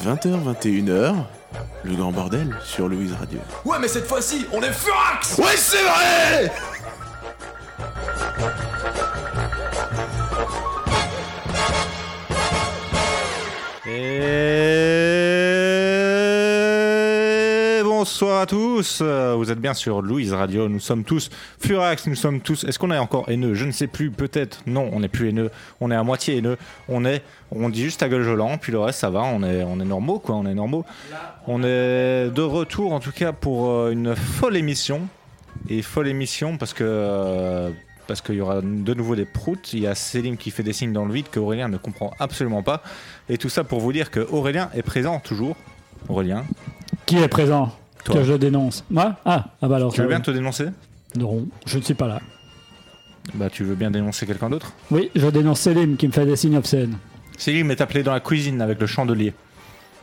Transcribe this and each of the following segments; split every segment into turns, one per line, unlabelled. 20h, 21h, le grand bordel sur Louise Radio.
Ouais, mais cette fois-ci, on est Fox
Ouais, c'est vrai
Et bonsoir à tous. Euh, Vous êtes bien sur Louise Radio. Nous sommes tous furax. Nous sommes tous. Est-ce qu'on est encore haineux Je ne sais plus. Peut-être. Non, on n'est plus haineux. On est à moitié haineux. On est. On dit juste à gueule jolant. Puis le reste, ça va. On est. On est normaux, quoi. On est normaux. On est de retour, en tout cas, pour euh, une folle émission. Et folle émission parce que. euh, parce qu'il y aura de nouveau des proutes. Il y a Céline qui fait des signes dans le vide que Aurélien ne comprend absolument pas. Et tout ça pour vous dire que Aurélien est présent toujours. Aurélien,
Qui est présent
Toi.
Que je dénonce. Moi Ah, ah bah alors.
tu veux
euh,
bien te dénoncer
Non, je ne suis pas là.
Bah tu veux bien dénoncer quelqu'un d'autre
Oui, je dénonce Selim qui me fait des signes obscènes.
Céline est appelé dans la cuisine avec le chandelier.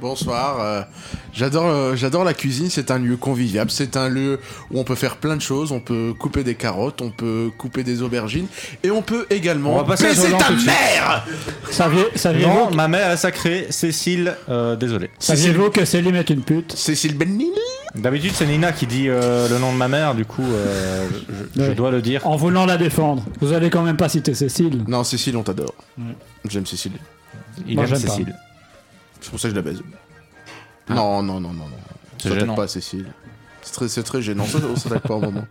Bonsoir, euh, j'adore euh, j'adore la cuisine, c'est un lieu convivial, c'est un lieu où on peut faire plein de choses, on peut couper des carottes, on peut couper des aubergines, et on peut également...
On va passer à
baiser
Jordan
ta
tout de suite.
mère
Saviez-
Non,
Saviez-vous
ma mère a sacré Cécile, euh, désolé.
saviez-vous que Selim est une pute
Cécile Benil
D'habitude c'est Nina qui dit euh, le nom de ma mère, du coup euh, je, je
Ouais. Oh,
dois le dire.
En voulant la défendre. Vous allez quand même pas citer Cécile.
Non, Cécile, on t'adore.
Mm.
J'aime Cécile,
Il
Moi,
aime
j'aime pas.
Cécile.
c'est pour ça que je la baise. Non, non, non, non, non.
Ah. C'est
S'attaque
gênant.
pas à Cécile. C'est très, c'est très gênant, ça, on s'attaque pas au moment.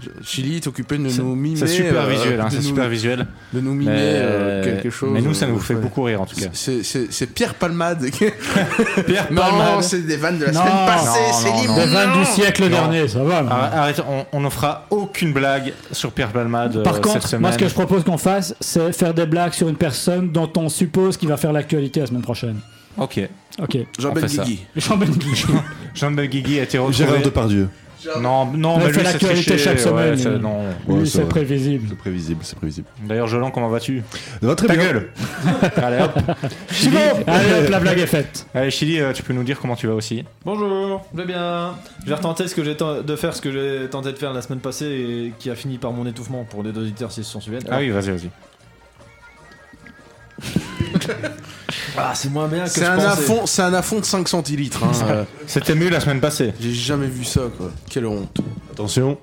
Je- Chili est occupé de nous mimer...
C'est super
euh,
visuel, hein,
de
c'est
nous-
super visuel.
De nous mimer
Mais,
euh, quelque chose...
mais nous ça
euh,
nous fait
ouais.
beaucoup rire en tout cas.
C'est- C'est c'est Pierre Palmade.
Pierre
non,
Palmade.
c'est des vannes de la
Non,
semaine passée,
non,
c'est
non,
libre.
non.
Le 20 du siècle
Non.
dernier, ça va. là.
Arrête, arrête, on- on ne fera aucune blague sur Pierre Palmade euh,
Par
cette
contre,
semaine.
moi ce que je propose qu'on fasse, c'est faire des blagues sur une personne dont on suppose qu'il va faire l'actualité la semaine prochaine.
Ok.
Ok.
Jean-Ben
On fait ça.
Guigui.
jean
Jean de Guigui a été retrouvé.
Gérard Depardieu.
Non, non, mais
Ouais, fait
lui, c'est
l'actualité
triché,
chaque semaine,
ouais, c'est-
euh.
non.
Lui,
Ouais,
c'est
ça va.
prévisible.
C'est prévisible, c'est prévisible.
D'ailleurs, Jolan, comment vas-tu
Non, très
Ta
bien.
gueule Allez hop. Chili,
Allez hop, la blague est faite.
Allez, Chili, euh, tu peux nous dire comment tu vas aussi
Bonjour, je vais bien. Je vais retenter ce que j'ai ten- de faire, ce que j'ai tenté de faire la semaine passée et qui a fini par mon étouffement pour les auditeurs s'ils s'en souviennent.
Ah oui, vas-y, vas-y.
Ah, c'est moins bien que
C'est
je
un,
pensais.
affond- c'est un affond de 5 centilitres. hein. Euh,
C'était mieux la semaine passée.
J'ai jamais vu ça, quoi. Quelle honte.
Attention.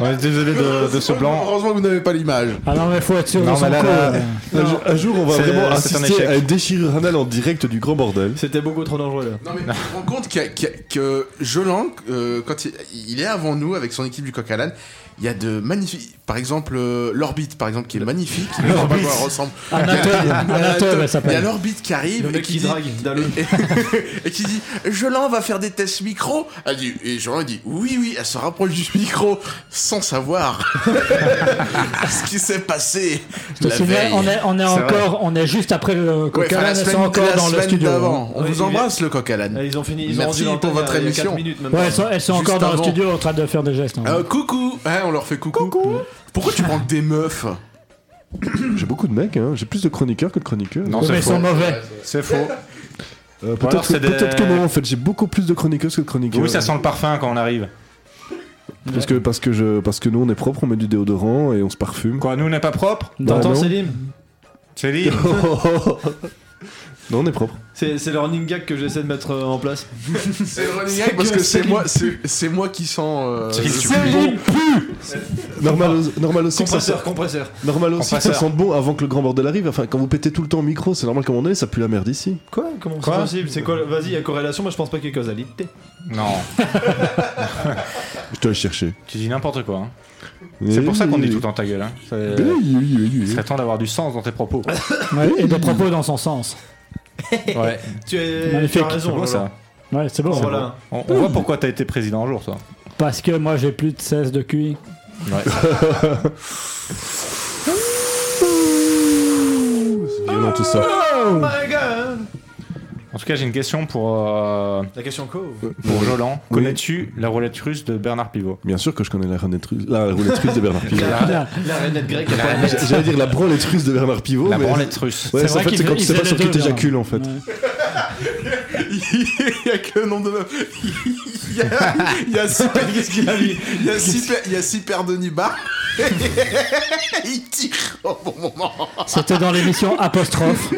On est désolé Euh, de, de ce blanc.
Heureusement que vous n'avez pas l'image.
Ah non, mais faut être sûr
Non,
de son
mais là,
coup,
là-
euh.
Un, jour- un jour, on va
C'est-
vraiment
c'est un
assister
échec.
à une déchirure anale en direct du grand bordel.
C'était beaucoup trop dangereux là.
Non, mais tu te rends compte qu'il y a- qu'il y a- que Jolan, euh, quand il, il est avant nous avec son équipe du coq à l'âne, il y a de magnifiques. Par exemple, euh, l'orbite, par exemple, qui est magnifique. Je sais pas quoi elle ressemble. Euh,
Anatole,
Ah,
Anatole, elle
Il y a
s'appelle.
l'orbite qui arrive
Le
et
mec
qui
qui
dit
drague, Dalleux.
et qui dit Jolan va faire des tests micro. Elle dit et Jolan il dit oui oui elle se rapproche du micro sans savoir ce qui s'est passé
Je te
la
souviens,
veille.
on est, on est encore, on est juste après le
Ouais, enfin,
coca
la
ils sont
semaine,
encore
la
dans le
semaine
studio.
d'avant. On
Ouais,
vous
il-
embraise le coq à l'âne.
Ah, ils ont fini, ils ont
Merci
rendu l'antenne
pour votre
il y a
émission.
4 minutes maintenant.
Ouais, elles sont, elles sont
Juste
encore dans le
avant.
studio en train de faire des gestes. hein.
Euh, coucou, Hein, on leur fait coucou. Pourquoi tu prends que des meufs
J'ai beaucoup de mecs, hein. j'ai plus de chroniqueurs que de chroniqueurs.
Non,
Ouais, mais
c'est
ils sont
faux.
mauvais.
C'est faux.
Euh,
Ou alors
Peut-être
c'est
que,
des-
peut-être que moi, en fait, j'ai beaucoup plus de chroniqueuses que de chroniqueurs.
Oui, ça sent le parfum quand on arrive.
Parce que, parce, que je, parce que nous, on est propre, on met du déodorant et on se parfume.
Quoi, nous, on n'est pas propre
Bah,
T'entends
non.
Céline
Céline
non, on est propre.
C'est c'est le running gag que j'essaie de mettre euh, en place.
C'est le running gag parce que c'est
Céline.
moi, c'est c'est moi qui sens. euh,
Céline,
le
tu
plus
pues.
bon.
Normal, au- normal aussi que ça sent.
Compresseur, compresseur.
Normal aussi que ça
Compresseur.
sente bon avant que le grand bordel arrive. Enfin, quand vous pétez tout le temps au micro, c'est normal comme on est, ça pue la merde ici.
Quoi Comment c'est
Quoi
possible C'est quoi Vas-y, il y a corrélation, moi je pense pas qu'il y ait causalité.
Non,
Je te le chercher.
tu dis n'importe quoi. hein. C'est pour ça qu'on dit tout le temps ta gueule. Hein. C'est- Il serait temps d'avoir du sens dans tes propos.
Ouais, et des propos dans son sens.
Ouais,
Tu, es, tu
Magnifique.
as
c'est
raison,
beau
Lola.
ça.
Ouais, c'est bon.
Bon, Ah, voilà.
On, on voit pourquoi t'as été président un jour, toi.
Parce que moi j'ai plus de 16 de QI.
Ouais.
C'est violent tout ça.
Oh my god
En tout cas, j'ai une question pour, euh,
La question co.
pour Jolan.
Oui.
Connais-tu la roulette russe de Bernard Pivot
Bien sûr que je connais la roulette russe, la roulette russe de Bernard Pivot.
Bien.
La reine grecque,
J'a- J'allais dire la branlette russe de Bernard Pivot.
La
mais...
branlette russe.
Ouais,
C'est
c'est
vrai
en fait,
qu'il
c'est quand
fait-
tu
il
sais
fait
pas
les
sur qui
deux,
t'éjacules en fait.
Il y a que le nom de meufs. Il y a- il y a six paires- il y a six paires- il y a six paires de nibards. Il tire au bon moment.
C'était dans l'émission Apostrophe.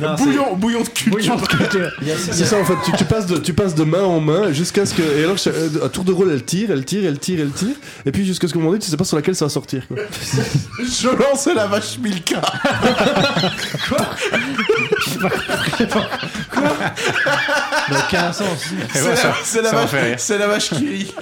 Non, Ah, c'est-
Bouillon, bouillon de culture.
Bouillon de culture.
il y a- il y a-
C'est ça en fait, tu, tu passes de, tu passes de main en main jusqu'à ce que. Et alors, cha- euh, à tour de rôle, elle tire, elle tire, elle tire, elle tire. Et puis jusqu'à ce moment donné, tu sais pas sur laquelle ça va sortir. Quoi.
Je lance la vache Milka.
il y a aucun sens.
C'est
ouais,
la,
ça-
c'est la
ça m'a fait
vache,
rire.
c'est la vache qui rit.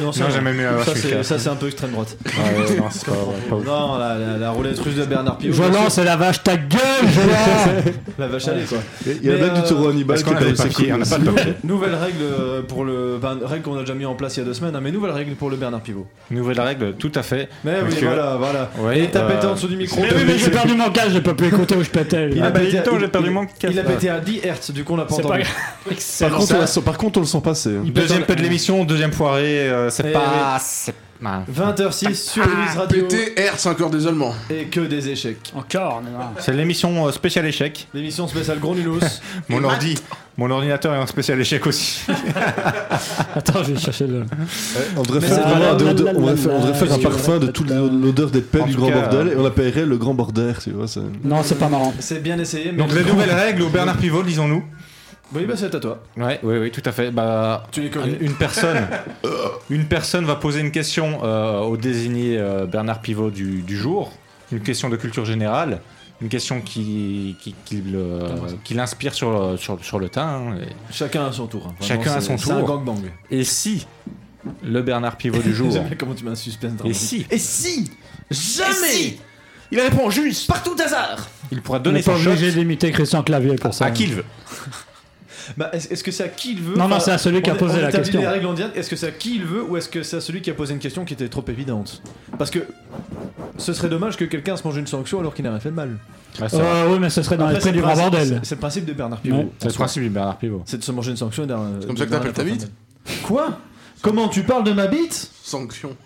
Non, ça,
Non, jamais euh, mieux avoir
ça,
fait
c'est-
ça.
ça, c'est un peu extrême droite.
Ouais, non, c'est pas vrai, pas ouf.
Non, la, la- la roulette russe de Bernard Pivot.
Je lance la vache, ta gueule, Jolan
La vache allée, quoi.
Et Il y a
Mais,
la blague
euh,
du taureau Hannibal
Parce qu'on
qui est
a des
dans ses
papiers, on
couilles
n'a pas
aussi.
le papier.
Nouvelle règle euh, pour le. Ben, règle qu'on a déjà mis en place il y a deux semaines, hein, mais nouvelle règle pour le Bernard Pivot.
Nouvelle règle, tout à fait.
Mais
Donc,
oui, voilà,
euh,
voilà.
ouais,
Et t'as
euh,
pété en dessous du micro.
Mais oui, mais j'ai perdu mon casque, j'ai pas pu écouter où je pétais.
Il
Ah
a
bah,
pété à-
dis-donc, j'ai
il-
perdu
il-
mon casque.
Il a pété à 10 Hz, du coup on l'a pas
C'est pas
entendu.
grave.
Par
Excellent.
contre, on la sent- par contre, on le sent passer. hein.
Deuxième peu de l'émission, deuxième foirée, euh,
Eh
c'est pas. c'est- Ah.
20h06 sur Louise Radio.
PTR, c'est encore des Allemands.
Et que des échecs.
Encore, non, non.
C'est l'émission euh, spéciale échec.
L'émission spéciale Gros Nulos.
Mon ordi, mon ordinateur est en spécial échec aussi.
Attends, je vais chercher le.
On devrait
Mais
faire
c'est
vraiment un
vrai.
déodor- on devrait faire- on devrait faire un
Lalalala.
parfum de toute l'odeur des pets
En
du
tout
grand
cas,
bordel
euh,
et on l'appellerait le grand bordel, tu vois. c'est-
Non, c'est pas marrant.
C'est bien essayé, mais.
Donc la nouvelle règle au Bernard Pivot, disons-nous.
Oui, bah c'est à toi.
Ouais, oui, oui, tout à fait. Bah,
Tu les
un-
connais.
une personne, une personne va poser une question euh, au désigné euh, Bernard Pivot du, du jour, une question de culture générale, une question qui, qui, qui le- qui l'inspire sur, le- sur, sur le teint. hein, et-
Chacun à son tour. hein. Vraiment,
Chacun à
c'est-
son
C'est un
tour.
gangbang.
Et si le Bernard Pivot du jour
J'aime bien comment tu mets un suspense
Et
dramatique.
si
Et si
Jamais Il répond juste par tout hasard Il pourra
On
donner
est pas
son shot
obligé d'imiter Christian Clavier pour ça. hein.
à qui il veut.
Bah, est-ce est-ce que c'est à qui il veut
Non, non,
Enfin,
c'est à celui qui a
on-
posé
on
la
établit
question.
les règles en direct. Est-ce que c'est à qui il veut ou est-ce que c'est à celui qui a posé une question qui était trop évidente Parce que ce serait dommage que quelqu'un se mange une sanction alors qu'il n'a rien fait de mal.
Euh, oui, mais ce serait dans
Après,
l'esprit du
le
grand
principe-
bordel.
c'est- C'est le principe de Bernard Pivot.
Ouais.
c'est le principe du Bernard Pivot.
C'est de se manger une sanction et d'un. C'est
comme ça que t'appelles ta bite
Quoi Comment tu parles de ma bite
Sanction.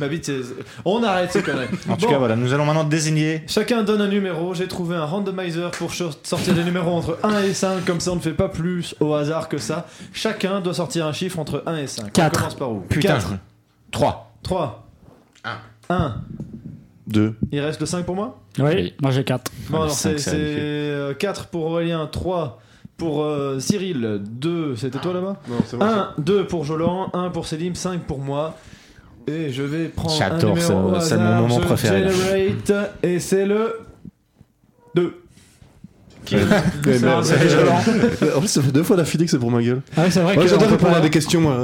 Ma bite, c'est- on arrête ces conneries.
En tout
Bon,
cas, voilà, nous allons maintenant désigner.
Chacun donne un numéro, j'ai trouvé un randomizer pour cho- sortir des numéros entre 1 et 5, comme ça on ne fait pas plus au hasard que ça. Chacun doit sortir un chiffre entre 1 et 5.
Quatre.
On commence par où
Putain,
4,
3.
3,
Un.
1.
Deux.
Il reste le 5 pour moi
Oui, moi j'ai 4.
Bon,
Ah,
alors
le cinq,
c'est
c'est magnifique.
4 pour Aurélien, 3 pour euh, Cyril, 2, c'était toi là-bas
Ah,
1, 2 pour Jolan, 1 pour Selim, 5 pour moi. Et je vais prendre un
J'adore
numéro
ce-
au
c'est mon
hasard.
moment
Je
préféré.
Generate, et c'est le 2.
Ouais, mais-
Non, c'est-
En plus, ça fait deux fois d'affilée que c'est pour ma gueule.
Ah oui, c'est vrai
Ouais,
que.
J'adore
on peut
répondre
pas-
à des questions, moi.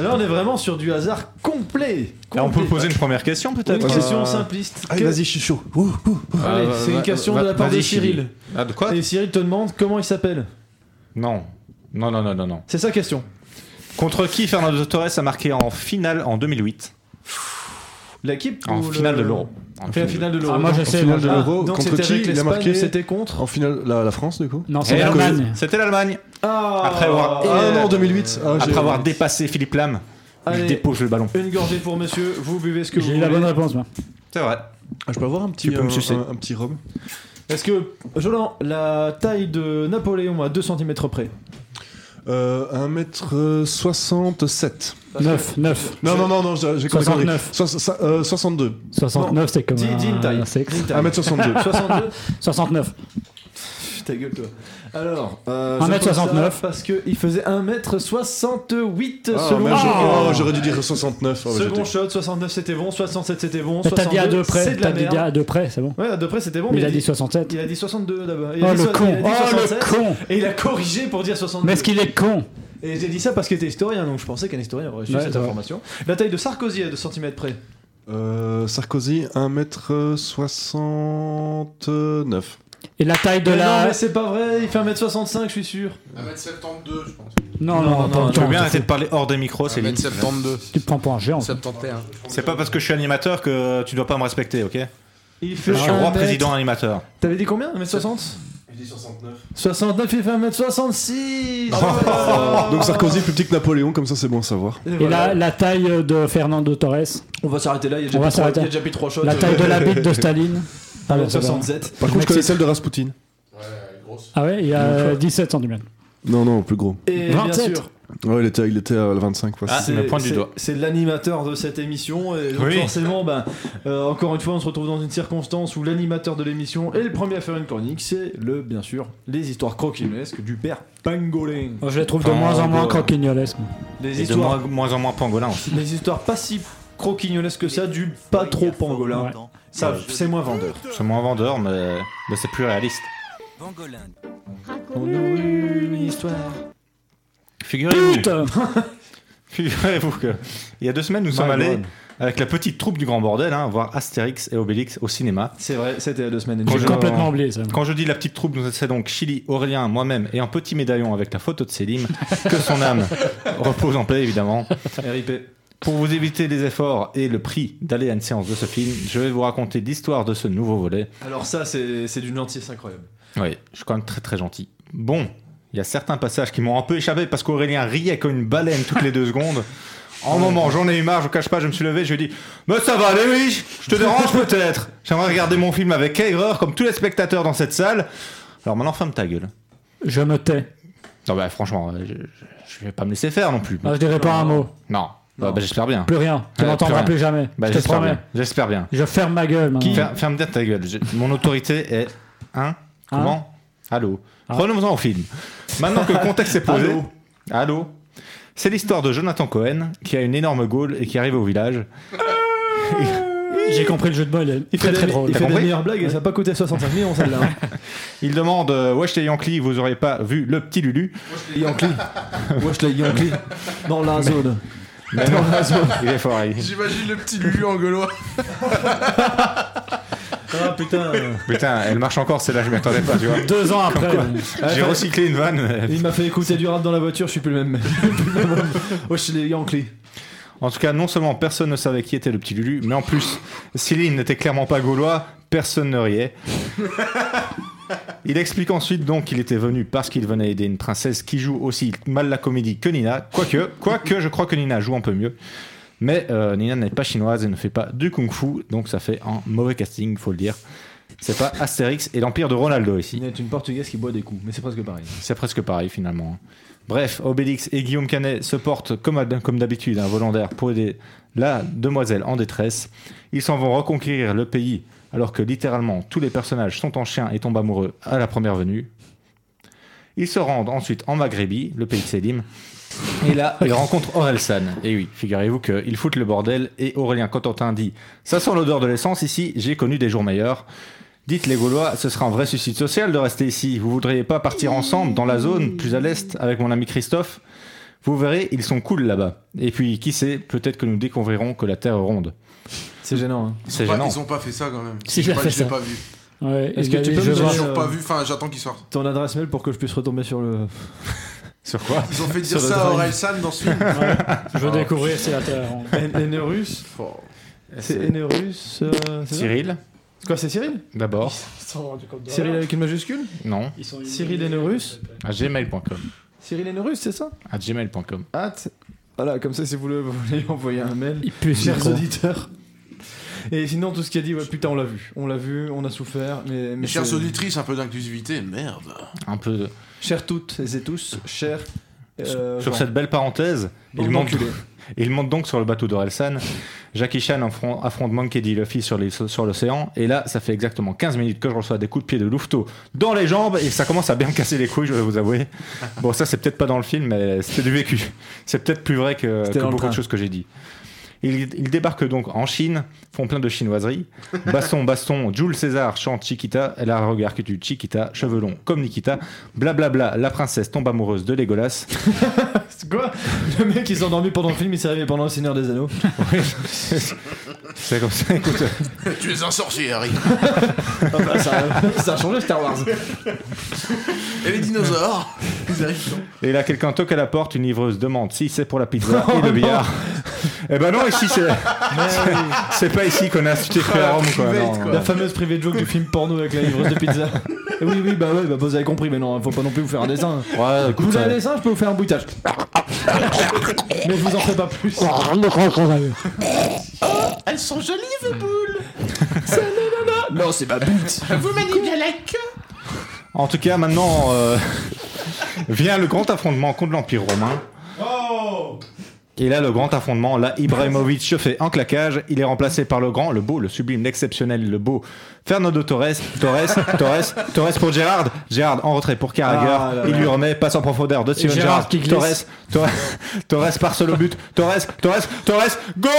Là, on est vraiment sur du hasard complet.
Là, on peut
Complet.
poser une première question peut-être
une question
euh,
simpliste.
Allez,
Que-
vas-y, je suis chaud. Ouh, ouh.
Allez,
Euh,
c'est
va-
une question
va-
de la part de
vas-y,
Cyril.
Ah, de quoi
Et Cyril te demande comment il s'appelle.
Non. Non, non, non, non, non.
C'est sa question.
Contre qui Fernando Torres a marqué en finale en 2008
L'équipe
En
ou le-
finale de l'Euro. En
Fait la finale de l'euro.
Ah, moi je
En
sais.
finale
moi,
de
je-
Ah,
l'Euro,
donc
contre
c'était
qui
avec
il a
l'Espagne
marqué
et C'était contre.
En finale, la, la France, du coup
Non, c'est
Et alors,
l'Allemagne.
C'était l'Allemagne.
Ah,
Après avoir-
Ah non, 2008. Ah, j'ai-
Après avoir dépassé Philippe Lam, il
Allez.
dépose le ballon.
Une gorgée pour monsieur, vous buvez ce que vous
J'ai eu la bonne
voulez.
réponse, moi.
C'est vrai.
Ah, je peux avoir un petit,
Tu peux me
un-
sucer.
un- un petit rhum
Est-ce que, Jolan, la taille de Napoléon à 2 cm près
Euh, 1m67.
9, 9.
Non, non, non, non, j'ai j'ai compté
69.
conneries. Soix- ça- euh, 62.
69, c'est comme.
Dis, dis une taille.
un sexe.
Dis une taille.
1m62.
62
69.
Pff, Ta gueule, toi. Alors, euh,
1m69.
je pense ça Parce qu'il faisait 1m68
Ah,
selon.
mais je-
Ah.
oh, j'aurais dû dire 69. Oh, bah,
Second
j'étais-
shot, 69 c'était bon, 67 c'était bon.
Mais T'as dit à
62,
deux près,
C'est de la
t'as dit
merde.
à deux près, c'est bon.
Ouais, à deux près c'était bon, mais
Il a dit 67.
il a dit 62 d'abord.
Oh le con, oh le con
Et il a corrigé pour dire 62.
Mais est-ce qu'il est con
Et j'ai dit ça parce qu'il était historien, donc je pensais qu'un historien aurait su
Ouais,
cette
ouais.
information. La taille de Sarkozy à 2 cm près.
Euh, Sarkozy, 1m69.
Et la taille de
Mais Euh, Non,
la...
mais c'est pas vrai, il fait 1m65, je suis sûr.
1m72, je pense.
Non, non, non,
Je veux bien
attends,
arrêter de parler hors des micros, Ah, c'est limite.
1m72.
tu te prends pour un géant.
71.
C'est pas parce que je suis animateur que tu dois pas me respecter, ok
Il fait
Je suis roi
1m.
président animateur.
T'avais dit combien 1m60
Il dit 69.
69, il fait 1m66
Ah, Donc Sarkozy, plus petit que Napoléon, comme ça c'est bon à savoir.
Et
Et
voilà.
la, la taille de Fernando Torres,
on va s'arrêter là, il y a
On
déjà plus
va
trois- il y
s'arrêter.
a déjà plus 3 shots. euh,
la taille de la bite de Staline. Ah, bon, ça va.
67.
Je
Par contre, je connais
m'excite.
celle de Rasputin.
Ouais, grosse.
Ah ouais, il y a
Non, je
euh,
crois.
17 cm.
Non, non, plus gros.
Et bien
27.
sûr,
Ouais, il était, il était à la 25. Quoi.
Ah,
C'est-
il me pointe du
c'est-
doigt.
C'est l'animateur de cette émission et donc
Oui.
forcément, ben, euh, encore une fois, on se retrouve dans une circonstance où l'animateur de l'émission est le premier à faire une chronique. C'est le, bien sûr, les histoires croquinolesques du père Pangolin.
Moi, je les trouve de
Enfin,
moins en moins
bon.
croquignolesques.
Les
Et de
histoires,
moins, moins en moins pangolin aussi.
les histoires pas si croquignolesques que ça du pas trop pangolin.
Ouais.
Ça, c'est moins vendeur.
C'est moins vendeur, mais, mais c'est plus réaliste.
Pangolin.
une histoire.
Figurez-vous,
Putain
figurez-vous que il y a deux semaines, nous sommes
My
allés
God.
avec la petite troupe du Grand Bordel hein, voir Astérix et Obélix au cinéma.
C'est vrai, c'était il y a deux semaines. et
Quand
J'ai
demie.
je-
complètement oublié ça.
Quand je dis la petite troupe, nous c'est donc Chili, Aurélien, moi-même et un petit médaillon avec la photo de Selim, que son âme repose en paix évidemment.
RIP.
Pour vous éviter les efforts et le prix d'aller à une séance de ce film, je vais vous raconter l'histoire de ce nouveau volet.
Alors ça, c'est c'est d'une gentillesse incroyable.
Oui, je suis quand même très très gentil. Bon, il y a certains passages qui m'ont un peu échappé parce qu'Aurélien riait comme une baleine toutes les deux secondes. En moment, j'en ai eu marre, je vous cache pas, je me suis levé, je lui ai dit Mais ça va, Louis, je te dérange peut-être J'aimerais regarder mon film avec aigreur comme tous les spectateurs dans cette salle. Alors maintenant, ferme ta gueule.
Je me tais.
Non, bah franchement, euh, je, je- je vais pas me laisser faire non plus.
Ah, je dirai pas un mot.
Non, Bah, bah, j'espère bien.
Plus rien. Tu
Ouais,
m'entendras
plus
plus jamais.
Bah,
je te
j'espère
promets.
bien. J'espère bien.
Je ferme ma gueule maintenant.
Fer- ferme bien ta gueule. Je- mon autorité est. Hein Comment Allô
Ah.
Revenons-en au film. Maintenant que le contexte est posé.
Allô
Allô C'est l'histoire de Jonathan Cohen qui a une énorme gaule et qui arrive au village.
J'ai compris le jeu de bol. Il est très très
des-
drôle.
Il fait
T'as
des
compris
meilleures blagues et ça n'a pas coûté 65 millions celle-là. hein.
Il demande euh, Wesh les Yankees, vous auriez pas vu le petit Lulu
Yankee. Wesh les Yankees. Dans la zone.
Mais non, Il est fort. il-
J'imagine le petit Lulu en gaulois.
Ah putain.
Putain, elle marche encore, celle-là, je m'y attendais pas, tu vois.
Deux ans après.
J'ai
Attends.
recyclé une vanne. mais-
Il m'a fait écouter du rap dans la voiture, je suis plus le même. je suis plus le même homme. Wesh les Yankees.
En tout cas, non seulement personne ne savait qui était le petit Lulu, mais en plus, Céline n'était clairement pas gaulois, personne ne riait. Il explique ensuite donc qu'il était venu parce qu'il venait aider une princesse qui joue aussi mal la comédie que Nina, quoique, quoique je crois que Nina joue un peu mieux. Mais euh, Nina n'est pas chinoise et ne fait pas du kung-fu, donc ça fait un mauvais casting, faut le dire. C'est pas Astérix et l'Empire de Ronaldo ici.
Il est une portugaise qui boit des coups, mais c'est presque pareil.
C'est presque pareil finalement. Bref, Obélix et Guillaume Canet se portent comme, à- comme d'habitude un volontaire pour aider la demoiselle en détresse. Ils s'en vont reconquérir le pays alors que littéralement tous les personnages sont en chien et tombent amoureux à la première venue. Ils se rendent ensuite en Maghrébi, le pays de Selim. Et là, ils rencontrent Orelsan. Et oui, figurez-vous qu'ils foutent le bordel et Aurélien Cotentin dit « Ça sent l'odeur de l'essence ici, j'ai connu des jours meilleurs ». Dites les Gaulois, ce sera un vrai suicide social de rester ici. Vous voudriez pas partir ensemble dans la zone plus à l'est avec mon ami Christophe Vous verrez, ils sont cool là-bas. Et puis, qui sait, peut-être que nous découvrirons que la Terre est ronde.
C'est gênant. hein.
C'est
Bah,
gênant.
Ils ont pas fait ça quand même.
Si,
J'ai
il a
pas-
fait
j'ai
ça.
pas vu.
Ouais,
Est-ce
il
que
a
tu
dit,
peux me donner
je vois-
Ils
Euh,
ont pas vu. Enfin, j'attends qu'ils sortent.
Ton adresse mail pour que je puisse retomber sur le.
Sur quoi
Ils ont fait
Sur
dire
le
ça à
drive.
Orelsan dans ce film.
Ouais, je veux
Ah.
découvrir si la Terre. on-
Enerus
Oh.
C'est Enerus euh, c'est ça
Cyril,
Quoi, c'est Cyril
d'abord.
Cyril avec une majuscule
Non.
Ils sont
Cyril Enerus
À gmail.com.
Cyril Enerus, c'est ça
À gmail.com.
Hâte. Voilà, comme ça, si vous le vous voulez envoyer un mail.
Ils puent
chers auditeurs. Et sinon, tout ce qu'il a dit, ouais, putain, on l'a vu. On l'a vu, on a souffert. Mais, mais
Mes chères
c'est-
auditrices, un peu d'inclusivité, merde.
Un peu. de-
Chères toutes et tous, chers. euh,
sur
gens.
cette belle parenthèse,
Bande
il monte,
d'enculés.
il monte donc sur le bateau d'Orelsan. Jackie Chan affron- affronte Monkey D. Luffy sur les- sur l'océan. Et là, ça fait exactement 15 minutes que je reçois des coups de pied de louveteau dans les jambes et ça commence à bien me casser les couilles, je vais vous avouer. Bon, ça, c'est peut-être pas dans le film, mais c'était du vécu. C'est peut-être plus vrai que,
C'était
que
dans le
beaucoup
train.
de choses que j'ai dit. Ils, ils débarquent donc en Chine, font plein de chinoiseries. Baston, baston, Jules César chante Chiquita, elle a un regard que tu Chiquita, cheveux longs comme Nikita. Blablabla, la princesse tombe amoureuse de Legolas.
C'est Quoi Le mec, il s'est endormi pendant le film, il s'est réveillé pendant Le Seigneur des Anneaux.
C'est comme ça, écoute.
tu es un sorcier, Harry.
Ah bah, ça, ça a changé Star Wars.
Et les dinosaures Ils arrivent.
Et là, quelqu'un toque à la porte, une livreuse demande si c'est pour la pizza et le billard. Eh ben non, ici, c'est. C'est pas ici qu'on a tu t'es cru à Rome, quoi.
Private,
non.
quoi.
La fameuse privée joke du film porno avec la livreuse de pizza. Et oui, oui, bah ouais, bah vous avez compris, mais non, faut pas non plus vous faire un dessin.
Ouais,
Vous
écoute,
voulez un
ça-
dessin, je peux vous faire un bruitage. Mais je vous en fais pas plus.
Elles sont jolies, vos boules
Non, c'est ma but.
Vous manipulez la queue
En tout cas, maintenant, euh, vient le grand affrontement contre l'Empire romain. Et là, le grand affrontement, là, Ibrahimovic se fait un claquage, il est remplacé par le grand, le beau, le sublime, l'exceptionnel, le beau, Fernando Torres, Torres, Torres, Torres pour Gérard, Gérard en retrait pour Carragher,
Ah, là, là.
il lui remet, passe en profondeur de Steven
Gérard
Gérard,
qui glisse.
Torres, Torres, Torres par seul au but, Torres, Torres, Torres, goal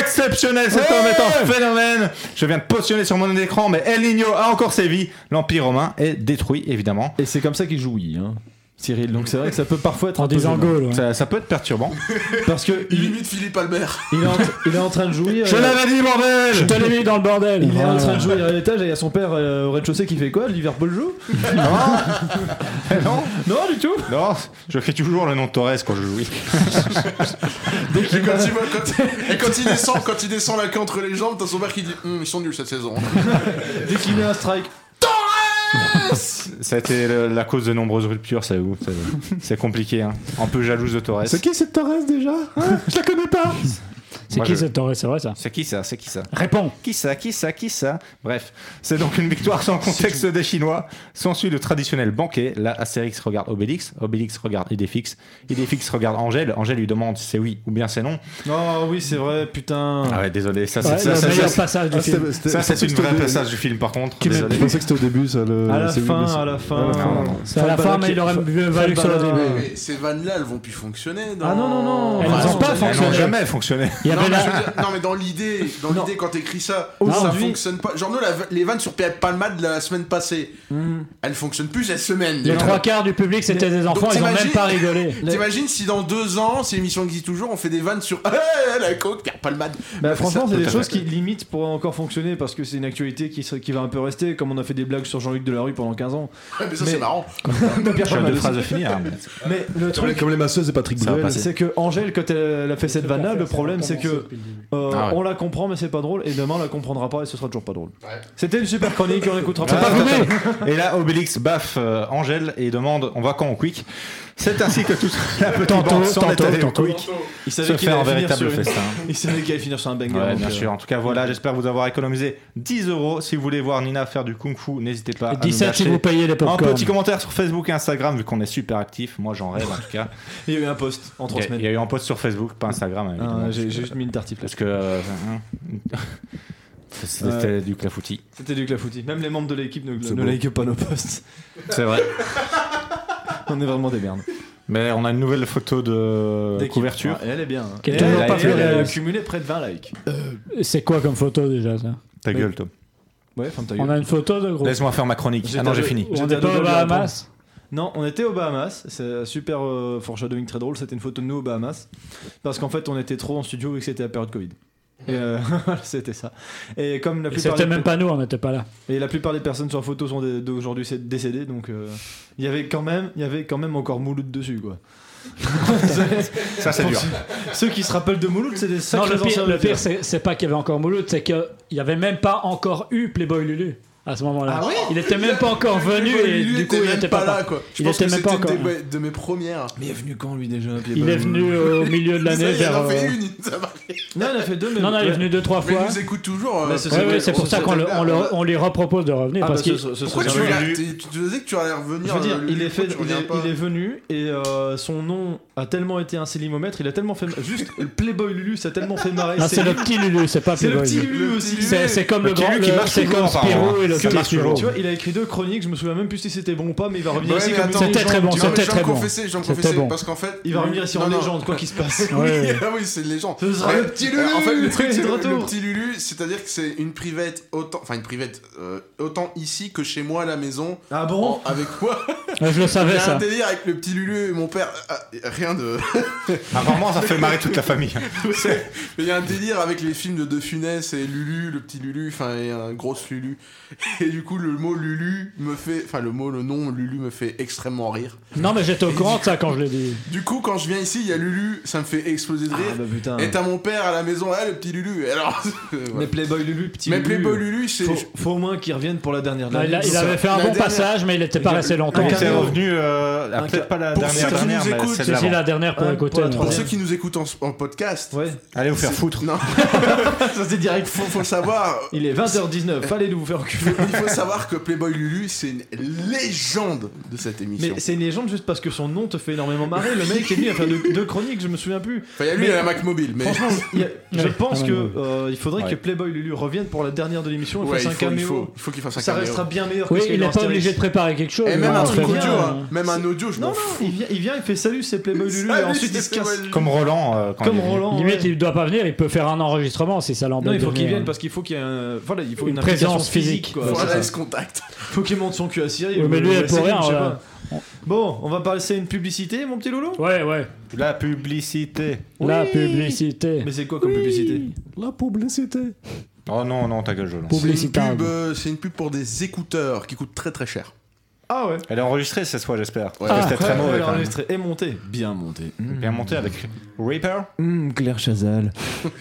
exceptionnel, cet homme est un phénomène. Je viens de positionner sur mon écran, mais El Nino a encore sévi, l'empire romain est détruit évidemment.
Et c'est comme ça qu'il jouit, hein, Cyril. Donc c'est vrai que ça peut parfois être
En
un peu
disant
gênant.
goal, ouais.
Ça, ça peut être perturbant.
Parce que
Il
il,
imite Philippe Albert.
il est en, il est en train de jouer.
Je
euh,
l'avais dit, bordel
Je te l'ai mis dans le bordel.
il est en
Voilà.
train de jouer à l'étage et il y a son père euh, au rez-de-chaussée qui fait quoi Liverpool joue
Non,
Non, du tout
non, je crie toujours le nom de Torres quand je joue.
Et quand, il, voit- quand- et quand il descend, quand il descend la queue entre les jambes, t'as son père qui dit Hum, ils sont nuls cette saison.
Dès qu'il met un strike.
Ça a été le- la cause de nombreuses ruptures, ça vous. ça- C'est compliqué, hein. Un peu jalouse de Torres.
C'est qui cette Torres déjà
Ah,
Hein Je la connais pas
C'est
Moi,
qui
je-
cette Torres C'est vrai ça
C'est qui ça C'est qui ça
Réponds.
Qui ça Qui ça Qui ça Bref, c'est donc une victoire sans contexte des Chinois. S'ensuit le traditionnel banquet. Là, Astérix regarde Obélix. Obélix regarde Idéfix. Idéfix regarde Angèle. Angèle lui demande si c'est oui ou bien c'est non.
Non, oui, c'est vrai, putain.
Ah ouais, désolé. Ça, c'est
Ouais,
ça,
le
ça,
meilleur
ça,
passage du
Ah,
film.
c'était- c'était-
ça, c'est
je pensais
une
que
vraie
c'était au
passage du film, par contre.
dé-
Désolé.
Je pensais que c'était au début ça le.
À la
c'est-
fin,
c'est-
à la fin.
Non, non, non.
C'est à la
Fabana
fin, mais
qui-
il aurait mieux valu que ça
Fabana-
au début.
Mais ces vannes-là, elles vont plus fonctionner. Dans...
Ah non, non, non.
Elles
Enfin,
n'ont pas
non,
Elles n'ont
fonctionné.
jamais fonctionné.
Il y
non,
avait
mais
la-
je veux dire- non, mais dans l'idée, dans l'idée quand t'écris ça, ça
Aujourd'hui-
fonctionne pas. Genre nous, la- les vannes sur Pierre Palma de la semaine passée,
Hmm.
elles fonctionnent plus cette semaine.
les
déjà.
trois quarts du public c'était des enfants, ils ont
t'imagines-
même pas rigolé.
T'imagines si dans deux ans, ces émissions existent toujours, on fait des vannes sur Eh, la coke, Pierre Palma.
Bah, franchement, c'est
tout
des
à
choses qui limitent pourraient encore fonctionner parce que c'est une actualité qui, serait- qui va un peu rester, comme on a fait des blagues sur Jean-Luc Delarue pendant 15 ans.
Ouais, mais ça,
Mais-
c'est marrant.
J'ai deux phrases à finir. hein.
Mais le
Comme les,
truc,
comme les masseuses et Patrick
Ça va
Bruel.
passer.
c'est que Angèle, quand elle a fait cette vanne-là, le problème c'est que euh,
Ah ouais.
on la comprend, mais c'est pas drôle, et demain on la comprendra pas, et ce sera toujours pas drôle.
Ouais.
C'était une super chronique, on l'écoutera pas.
Et là, Obélix baffe euh, Angèle et demande On va quand au Quick C'est ainsi que toute la petite
Tantôt,
bande s'en est
tantôt,
allée au
tantôt.
Quick
Il
se
savait qu'il
faire un
allait finir
véritable
sur une-
festin.
il savait qu'il allait finir sur un banger.
Ouais,
donc,
bien
euh,
sûr. En tout cas, voilà, j'espère vous avoir économisé 10 euros. Si vous voulez voir Nina faire du kung fu, n'hésitez pas à nous
17 si
lâcher.
vous payez les
Un
popcorn.
petit commentaire sur Facebook et Instagram, vu qu'on est super actifs. Moi, j'en rêve en tout cas.
Il y a eu un post en 3
Il y a- il y
semaines.
a eu un post sur Facebook, pas Instagram. évidemment,
Ah,
parce
J'ai
que-
j'ai juste mis une tartiflette.
Parce que. euh, hein, C'était du clafoutis.
C'était du clafoutis. Même les membres de l'équipe ne,
C'est
ne
beau.
like pas nos posts.
C'est vrai.
On est vraiment des merdes.
Mais on a une nouvelle photo de
D'équipe.
Euh, couverture.
Ah, et elle est bien. hein.
Qui est
Et
toujours
elle,
pas
elle-
plus
elle a
réaliste.
cumulé près de 20 likes.
C'est quoi comme photo déjà ça
Ta
Mais-
gueule, Tom.
Ouais, ferme ta
On
gueule.
a une photo de gros.
Laisse-moi faire ma chronique.
J'ai
Ah non,
tapé-
j'ai fini.
On
J'étais
n'est
à deux
pas
doigts
au
de
Bahamas.
Non, on était aux Bahamas. C'est un super euh, foreshadowing très drôle. C'était une photo de nous aux Bahamas. Parce qu'en fait, on était trop en studio et que c'était la période Covid. Et euh, c'était ça. Et comme la
Et
plupart,
C'était
des,
même pas nous, on n'était pas là.
et la plupart des personnes sur la photo sont des- d'aujourd'hui c'est décédées, donc euh, il y avait quand même, il y avait quand même encore Mouloud dessus quoi.
Ça, c'est
Pour
dur.
ceux- Ceux qui se rappellent de Mouloud, c'est des
Non,
sacrés
le
anciens
pire,
de
le
la terre.
pire, c'est c'est pas qu'il y avait encore Mouloud, c'est qu'il y avait même pas encore eu Playboy Lulu à ce moment-là.
Ah ouais
Bah il était même pas encore venu et
Lui
du coup
était
il
même
était
pas
pas
là quoi. Je
Il
pense
était
que
même pas
c'était
encore
des- de mes premières.
Mais il est venu quand lui déjà Puis,
Il
bah,
est venu au milieu de
Ça,
l'année
il
vers.
en fait
euh,
une, il nous a marqué.
Non, il a fait deux. Mais
Non, non, il est venu deux trois
Mais il
fois.
nous écoute toujours. euh,
Bah, ce
parce
Ouais,
que-
ouais, c'est pour
on
ça
se
qu'on le-
tape
on
là.
le- on lui repropose de revenir
Ah,
parce
bah, ce-
qu'il
ce- ce
Pourquoi
serait
tu,
bien.
l'as- t'es- tu nous disais que tu allais revenir
Je veux dire,
euh,
il est, fait,
pourquoi tu
il, est,
reviens pas
il est venu et euh, son nom a tellement été un célimomètre, il a tellement fait. Juste, le Playboy Lulu, ça a tellement fait marrer.
Non, Ah, c'est le petit Lulu, c'est pas
c'est le
Playboy.
petit
Lulu.
Lulu
Le
aussi.
petit
C'est c'est comme
Le
le
petit
grand,
Lulu qui
le-
marche
c'est
toujours,
comme Spirou
apparemment.
et le
Ça
petit
marche
Spirou.
toujours.
Tu vois, il a écrit deux chroniques, je me souviens même plus si c'était bon ou pas, mais il va revenir
Ouais,
ici
mais
comme
attends,
une
C'était
légende,
très bon,
tu
Non,
vois.
mais
c'était
je vais
très
me
bon.
confesser, je vais me
C'était
confesser,
bon.
parce qu'en fait.
Il va revenir ici en
Non, non.
légende, quoi qu'il se passe.
Oui,
Ouais.
ah oui, c'est une légende.
Ce sera
Ouais.
le petit Lulu
En fait, le truc,
qui est
c'est
de
le, le
retour.
petit Lulu, c'est-à-dire que c'est une privette autant, enfin une privette euh, autant ici que chez moi à la maison.
Ah bon
En- avec moi,
Ouais, Je le savais
j'ai un
ça.
délire avec le petit Lulu et mon père. Ah, rien de.
Apparemment, ça fait marrer toute la famille.
Mais Il y a un délire avec les films de De Funès et Lulu, le petit Lulu, enfin et un gros Lulu. Et du coup, le mot Lulu me fait, enfin le mot, le nom Lulu me fait extrêmement rire.
Non, mais j'étais au courant de ça quand je l'ai dit.
Du coup, quand je viens ici, il y a Lulu, ça me fait exploser de
Ah
rire.
bah putain.
Et t'as mon père à la maison, ah le petit Lulu. Et alors,
Mais
voilà.
Playboy Lulu, petit
mais
Lulu.
Playboy Lulu, c'est
Faut, faut au moins qu'il revienne pour la dernière de
Non,
l'année.
Ah, il, a- il avait fait un
La
bon
dernière-
passage, mais il n'était pas resté longtemps.
Un quart
était
dernière.
revenu, euh, ah,
Un
peut-être pas la
Pour
dernière,
ceux qui nous
dernière, mais
écoutent,
celle
C'est
d'avant.
la dernière pour
Ouais,
écouter.
pour la
mais-
Pour
troisième.
ceux qui nous écoutent en, en podcast,
Ouais.
Allez vous faire
c'est-
foutre.
Non,
C'est direct.
faut, faut savoir.
Il est 20h19, fallait nous vous faire enculer.
Il faut savoir que Playboy Lulu, c'est une légende de cette émission.
Mais c'est une légende juste parce que son nom te fait énormément marrer. Le mec est venu à faire deux, deux chroniques, je me souviens plus.
Enfin, il y a lui,
mais-
il y a la Mac Mobile, mais.
Franchement, il y a- je
Ouais.
pense
Ah,
que
ouais,
euh, il faudrait
Ouais.
que Playboy Lulu revienne pour la dernière de l'émission et
Ouais,
fasse
il
un
faut, il
caméo.
faut, il faut qu'il fasse un
Ça
caméo.
restera bien meilleur
Oui,
que ce qu'il
il
a en
n'est pas
Astérix.
obligé de préparer quelque chose.
Et Eh, même
hein,
un
en
truc
fait.
audio,
bien,
hein. même un audio, je
Non,
m'en
non,
fous.
il vient, il vient, il fait salut, c'est Playboy Lulu, et
Salut,
ensuite il
c'est
se casse.
Playboy Lulu.
Comme Roland. euh, quand
Comme
il est venu.
Roland.
Limite,
ouais.
il doit pas venir, il peut faire un enregistrement si ça l'embête.
Non, il faut
Ah, bah, de
qu'il
venir.
vienne parce qu'il faut qu'il y ait un- voilà, il faut
Une
une, implication
présence physique.
quoi.
Ouais, c'est
Voilà,
ça.
il se contacte.
Faut qu'il monte son cul à Cyril.
Ouais, mais
ou-
lui,
ou à
elle peut
Céline,
rien,
je sais
voilà.
pas. Bon, on va passer à une publicité, mon petit loulou
Ouais, ouais.
La publicité.
La
Oui.
publicité.
Mais c'est quoi comme publicité
La publicité.
Oh non, non, ta gueule, je lance.
C'est une,
Publicité.
pub, euh, c'est une pub pour des écouteurs qui coûtent très très cher.
Ah ouais.
Elle est enregistrée cette fois, j'espère.
Ouais.
Parce que C'était très
Ouais,
mauvais
Ah, elle a
quand même.
enregistré et monté. Bien monté.
Bien monté avec Reaper.
Mmh,
Claire Chazal.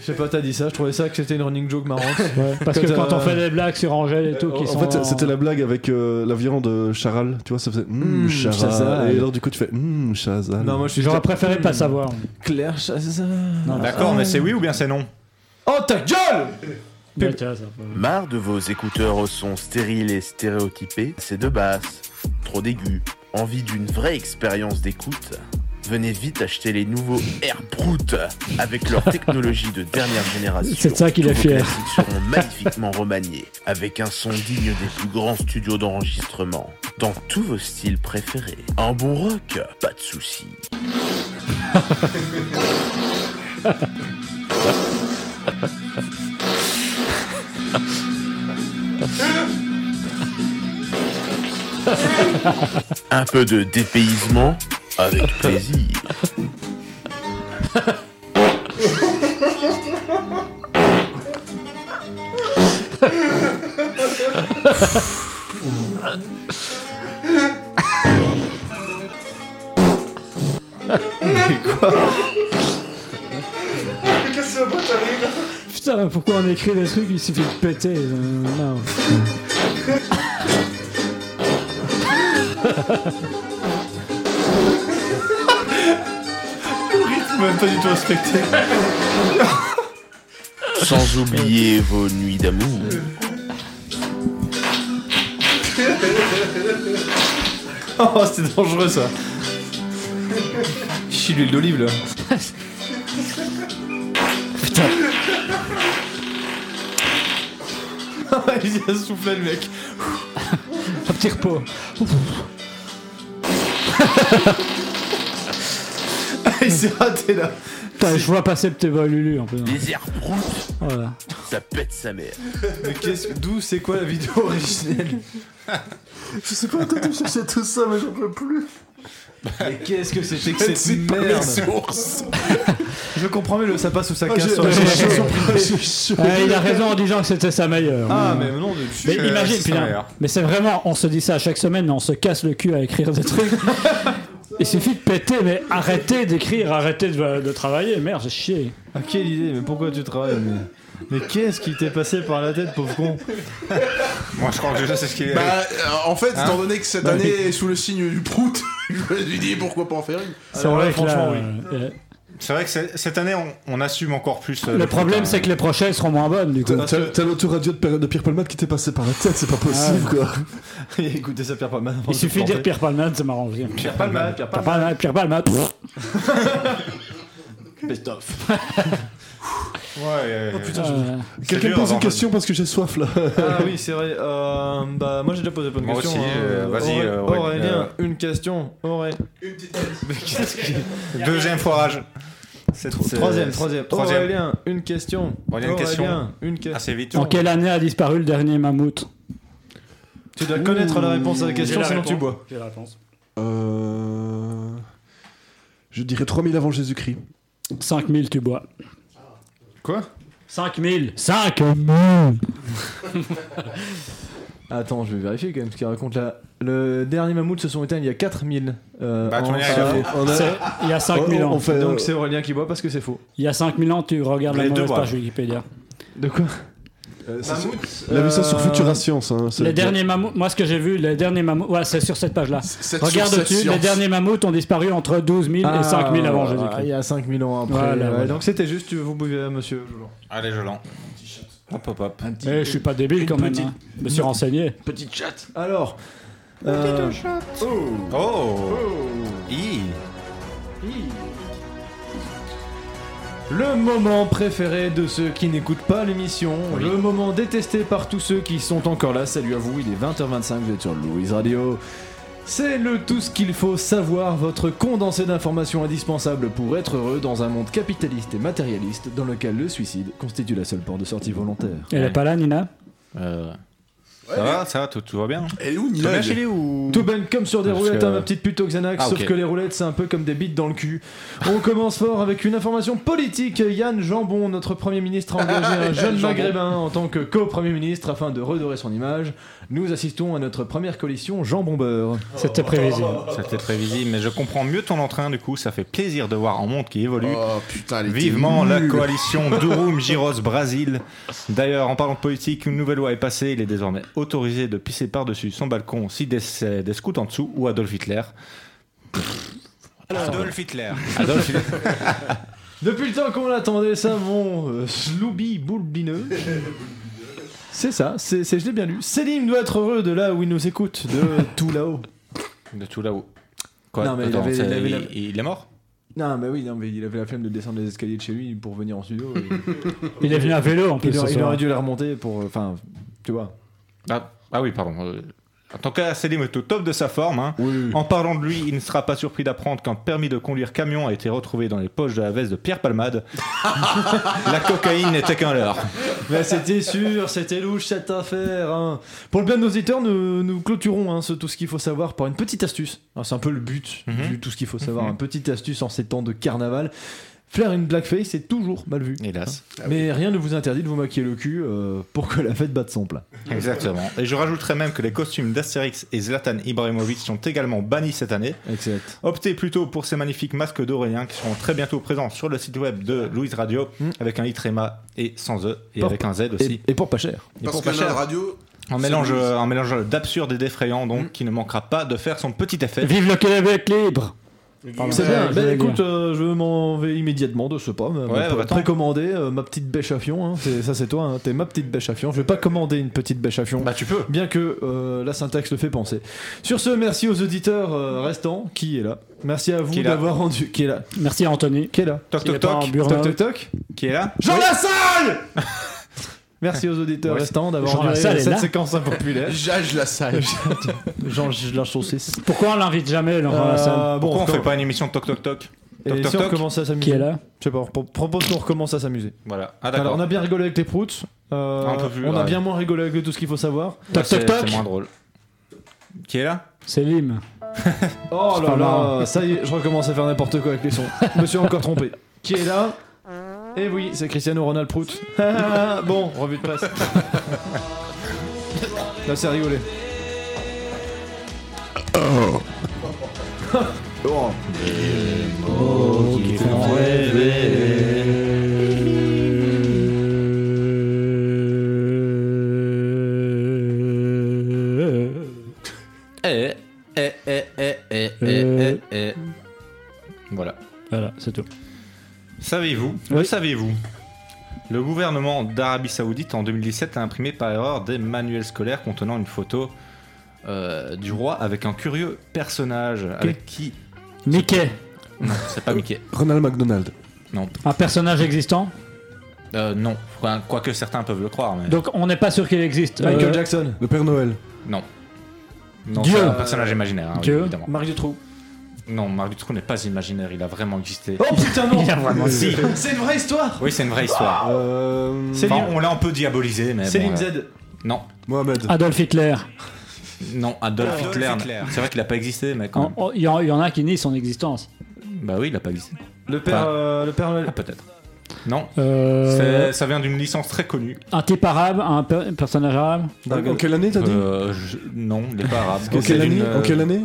Je sais pas, t'as dit ça, je trouvais ça que c'était une running joke marrante.
Ouais, parce que
Quand,
quand
euh,
on fait des blagues sur Angèle et tout,
En
qui sont.
fait, c'était la blague avec euh, la viande euh, charal. Tu vois, ça faisait hum,
Mmh,
Hmm,
charal.
chazal.
Et alors, du coup, tu fais hum, chazal.
Non, moi je suis.
J'aurais préféré pas savoir.
Claire Chazal.
D'accord,
Ah.
mais c'est oui ou bien c'est non
Oh ta gueule
Ouais, tiens, ça peut-
Marre de vos écouteurs au son stérile et stéréotypé, c'est de basse, trop d'aigu, envie d'une vraie expérience d'écoute. Venez vite acheter les nouveaux Airprout avec leur technologie de dernière génération.
C'est de ça qu'il
Tous
est
vos
fier.
classiques seront magnifiquement remaniés avec un son digne des plus grands studios d'enregistrement dans tous vos styles préférés. Un bon rock, pas de soucis. Un peu de dépaysement avec plaisir.
Putain, pourquoi on écrit des trucs, il suffit de péter. euh, non.
Même pas du tout respecté.
Sans oublier vos nuits d'amour.
Oh, c'était dangereux ça. Chie l'huile d'olive là. Putain. Il a soufflé le mec.
Un petit repos.
Il s'est raté là.
Putain, je vois passer le Teva Lulu en plus.
Les Airprout,
Voilà.
ça pète sa mère.
Mais qu'est-ce que- d'où c'est quoi la vidéo originelle
Je sais pas quand tu cherchais tout ça, mais j'en peux plus.
Mais qu'est-ce que c'était que
C'est
cette
pas mes
merde
sources. Oh,
Je comprends mieux, le- ça passe ou ça
Ah, j'ai-
casse. sur la
j'ai
chaîne.
chaud.
Ouais, il a raison en disant que c'était sa meilleure.
Ah mais non, de
Mais
Euh,
imagine,
c'est
putain.
meilleur.
Mais c'est vraiment, on se dit ça chaque semaine, mais on se casse le cul à écrire des trucs. Il suffit de péter, mais arrêtez d'écrire, arrêtez de, de travailler. Merde, j'ai chier.
Ah, quelle idée, mais pourquoi tu travailles Mais, mais qu'est-ce qui t'est passé par la tête, pauvre con
Moi, je crois que je sais ce
Eh
qu'il est.
Bah, euh, en fait,
Hein
étant donné que
Bah
cette année est sous le signe du prout, je me suis dit pourquoi pas en faire une.
C'est
Alors là,
vrai que là,
franchement,
euh,
C'est vrai que c'est- cette année, on, on assume encore plus. euh,
le problème, c'est que les prochaines seront moins bonnes, du coup.
T'as- T'as t'as l'autoradio de, Pierre- de Pierre Palmade qui t'est passé par la tête, c'est pas possible
Ah.
quoi.
Écoutez ça, Pierre Palman.
Il suffit de dire Pierre Palman, c'est marrant aussi.
Pierre Palman, Pierre
Pierre
Palman.
Palman, Pierre Palman. pff,
hein. Ouais,
Oh,
ouais, ouais.
euh,
Quelqu'un
dur,
pose une
avant de-
question parce que j'ai soif là.
Ah oui, c'est vrai. Euh, bah, moi j'ai déjà posé plein de
Moi
questions.
aussi,
hein.
euh, vas-y,
Auré-
euh, ouais,
Aurélien,
euh,
une question. Auré.
euh, Deuxième foirage. C'est c'est-
Troisième,
c'est-
troisième. Oh,
troisième.
Aurélien, une question.
Aurélien, une question.
une question.
Assez vite.
en quelle année a disparu le dernier mammouth
Tu dois connaître la réponse à la question,
J'ai
sinon
la réponse.
tu bois.
J'ai la réponse.
Euh, Je dirais 3000 avant Jésus-Christ.
5000, tu bois.
Quoi
5000 5000
Attends, je vais vérifier quand même ce qu'il raconte là. Le dernier mammouth se sont éteints il y a 4000. Euh,
Bah, tu
en-
m'en as rien
On a-
C'est- Il y a 5000
on-
ans.
on fait, euh,
Donc c'est Aurélien qui boit parce que c'est faux.
Il y a 5000 ans, tu regardes
Les
la
deux
mauvaise
boivent.
page Wikipédia.
De quoi
Euh, c'est-
Mammouth,
Il a vu ça sur
euh,
Futura Science. Hein, c'est-
Les derniers mammouths, moi ce que j'ai vu, les derniers mammouths, ouais, c'est sur cette page-là.
Sept sur
Regarde
sept
au-dessus, les
sciences.
derniers mammouths ont disparu entre 12 000
Ah,
et 5 000 avant
Il
Jésus-Christ.
y a 5000 ans après.
Voilà,
ouais,
voilà.
Donc c'était juste, vous buvez, euh, monsieur. je vous en-
Allez, je lance. Hop, hop, hop.
Un petit-
Eh, je suis pas débile quand même,
petite-
hein. je me suis renseigné.
Petite chatte.
Alors. euh,
Oh, Hi.
Le moment préféré de ceux qui n'écoutent pas l'émission, le moment détesté par tous ceux qui sont encore là. Salut à vous, il est 20h25, vous êtes sur Louise Radio. C'est le tout ce qu'il faut savoir, votre condensé d'informations indispensables pour être heureux dans un monde capitaliste et matérialiste dans lequel le suicide constitue la seule porte de sortie volontaire.
Elle est pas là, Nina
Euh, Ça va, ça va, tout, tout va bien
Elle est où, Nina
Thomas,
elle est-
il est où
Tout bang comme sur des
Parce
roulettes,
que-
hein, ma petite pute Oxanax,
Ah,
sauf
ok.
que les roulettes c'est un peu comme des bites dans le cul. On commence fort avec une information politique. Yann Jambon, notre Premier ministre, a engagé un jeune
Jambon.
maghrébin en tant que co-Premier ministre afin de redorer son image. Nous assistons à notre première coalition Jambon-Beurre.
C'était prévisible.
C'était prévisible, mais je comprends mieux ton entrain, du coup, ça fait plaisir de voir un monde qui évolue.
Oh putain, elle était
Vivement la
nulle.
coalition Durum Giros Brasil. D'ailleurs, en parlant de politique, une nouvelle loi est passée. Il est désormais autorisé de pisser par-dessus son balcon si des, c'est des scouts en dessous ou Adolf Hitler. Adolf Hitler. Adolf Hitler.
Depuis le temps qu'on l'attendait, ça, mon euh, Slooby boulbineux. C'est ça, c'est, c'est- je l'ai bien lu. Céline doit être heureux de là où il nous écoute, de tout là-haut.
De tout là-haut. Quoi
Non, mais il
Attends,
avait-
c'est-
il avait la-
il- il est mort
Non, mais oui, non, mais il avait la flemme de descendre les escaliers de chez lui pour venir en studio. et-
Il est venu à vélo en plus
Il,
ce
aurait, il
soir.
aurait dû les remonter pour. euh, Enfin, tu vois.
Ah, ah oui, pardon. Euh, En tout cas, Selim est au top de sa forme. hein. En parlant de lui, il ne sera pas surpris d'apprendre qu'un permis de conduire camion a été retrouvé dans les poches de la veste de Pierre Palmade. la cocaïne n'était qu'un leurre.
Mais c'était sûr, c'était louche cette affaire. hein. Pour le bien de nos auditeurs, nous, nous clôturons hein, ce tout ce qu'il faut savoir par une petite astuce. Alors, C'est un peu le but
Mhm.
du tout ce qu'il faut savoir. Une petite astuce en ces temps de carnaval. Faire une blackface, c'est toujours mal vu.
Hélas.
Mais rien ne vous interdit de vous maquiller le cul euh, pour que la fête batte son plat.
Exactement. euh, Et je rajouterai même que les costumes d'Astérix et Zlatan Ibrahimovic sont également bannis cette année.
Exact.
Optez plutôt pour ces magnifiques masques d'Aurélien qui seront très bientôt présents sur le site web de Louise Radio
Mhm.
avec un i tréma et sans e et
Pas-
avec un z aussi.
Et, et pour pas cher.
Et
Parce
pour
que
pas
la
cher.
radio.
Un
C'est
mélange,
Louise.
euh, un mélange d'absurde et d'effrayant, donc, qui ne manquera pas de faire son petit effet.
Vive le Québec libre
C'est
Ouais,
bien.
je
Ben,
vais
écoute, euh, je m'en vais immédiatement de ce pas. mais
Ouais,
on peut
bah, attends.
précommander euh, ma petite bêche à fion. hein. C'est- Ça, c'est toi. hein. T'es ma petite bêche à fion. Je vais pas commander une petite bêche à fion.
Bah, tu peux.
Bien que euh, la syntaxe le fait penser. Sur ce, merci aux auditeurs euh, restants. Qui est là Merci à
Qui
vous
est là
d'avoir rendu. Qui est là
Merci à Anthony.
Qui est là
Toc
Il est
toc
pas en
toc.
burn-out.
Toc toc toc.
Qui est là Bah,
Jean Lassalle Merci aux auditeurs
Ouais,
restants d'avoir
Jean
enduré
Lassalle est
cette
là.
séquence impopulaire.
Jage la salle.
Jean la saucisse.
Pourquoi on l'invite jamais, Laurent
Euh,
Lassalle
bon,
Pourquoi on
quand-
fait pas une émission de toc toc toc
et
Toc, toc,
si on
toc.
recommence à s'amuser
Qui est là
Je sais pas, on pro- propose qu'on recommence à s'amuser.
Voilà. Ah
Alors,
d'accord.
on a bien rigolé avec les proutes. euh,
Un peu plus,
on a
ouais.
bien moins rigolé avec le tout ce qu'il faut savoir.
Ouais,
Toc
c'est-
toc toc
C'est moins drôle. Qui est là
C'est Lim.
Oh
C'est
là là,
pas marrant.
ça y est, je recommence à faire n'importe quoi avec les sons. Je me suis encore trompé. Qui est là Eh oui, c'est Cristiano Ronald Prout. bon, revue de presse. là, c'est rigolé.
Eh, Eh, eh, eh, eh, eh,
Euh.
eh. Voilà.
Voilà, c'est tout.
Savez-vous Le savez-vous Le gouvernement d'Arabie Saoudite en 2017 a imprimé par erreur des manuels scolaires contenant une photo euh, du roi avec un curieux personnage avec qui
Mickey,
Non, c'est pas Mickey.
Ronald McDonald.
un personnage existant.
Euh, non, Quoi- quoique certains peuvent le croire, mais
Donc on n'est pas sûr qu'il existe.
Michael
Euh,
Jackson.
Le Père Noël.
non. Non,
Dieu.
c'est un personnage imaginaire, hein, oui,
Dieu.
évidemment.
Marc Dutroux.
Non, Marc Dutroux n'est pas imaginaire, il a vraiment existé.
Oh putain, non
Il a vraiment-
Si.
C'est une vraie histoire
Oui, c'est une vraie histoire.
Euh,
C'est-
Enfin, on l'a un peu diabolisé,
Eh
mais.
Céline
bon, euh,
Z.
Non,
Mohamed.
Adolf Hitler.
non, Adolf Hitler. C'est vrai qu'il a pas existé, mais quand
En-
même.
en- Il y, en- il y en a qui nient son existence.
Bah oui, il a pas existé.
Le père,
Enfin.
euh, le père Noël.
Ah, peut-être. Non,
Euh,
c'est- ça vient d'une licence très connue.
un type arabe, un per- personnage arabe.
En quelle année t'as dit
Euh, je- Non, il n'est pas arabe.
En
C'est
quelle
d'une,
année
euh,
En quelle année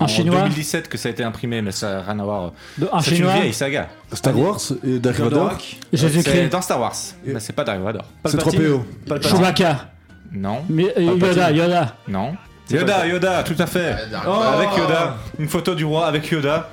Un
en
chinois
2017 que ça a été imprimé, mais ça n'a rien à voir.
de- Un
C'est une
chinois
vieille saga.
Star Wars et Dark Vador.
C'est
Jésus-Christ
dans Star Wars. Mais c'est pas Dark Vador.
C'est
Palpatine.
3PO.
Palpatine.
Chewbacca
Non,
Mi- euh, Yoda, Yoda.
non. Yoda, Yoda, tout à fait.
Oh.
Avec Yoda, une photo du roi avec Yoda.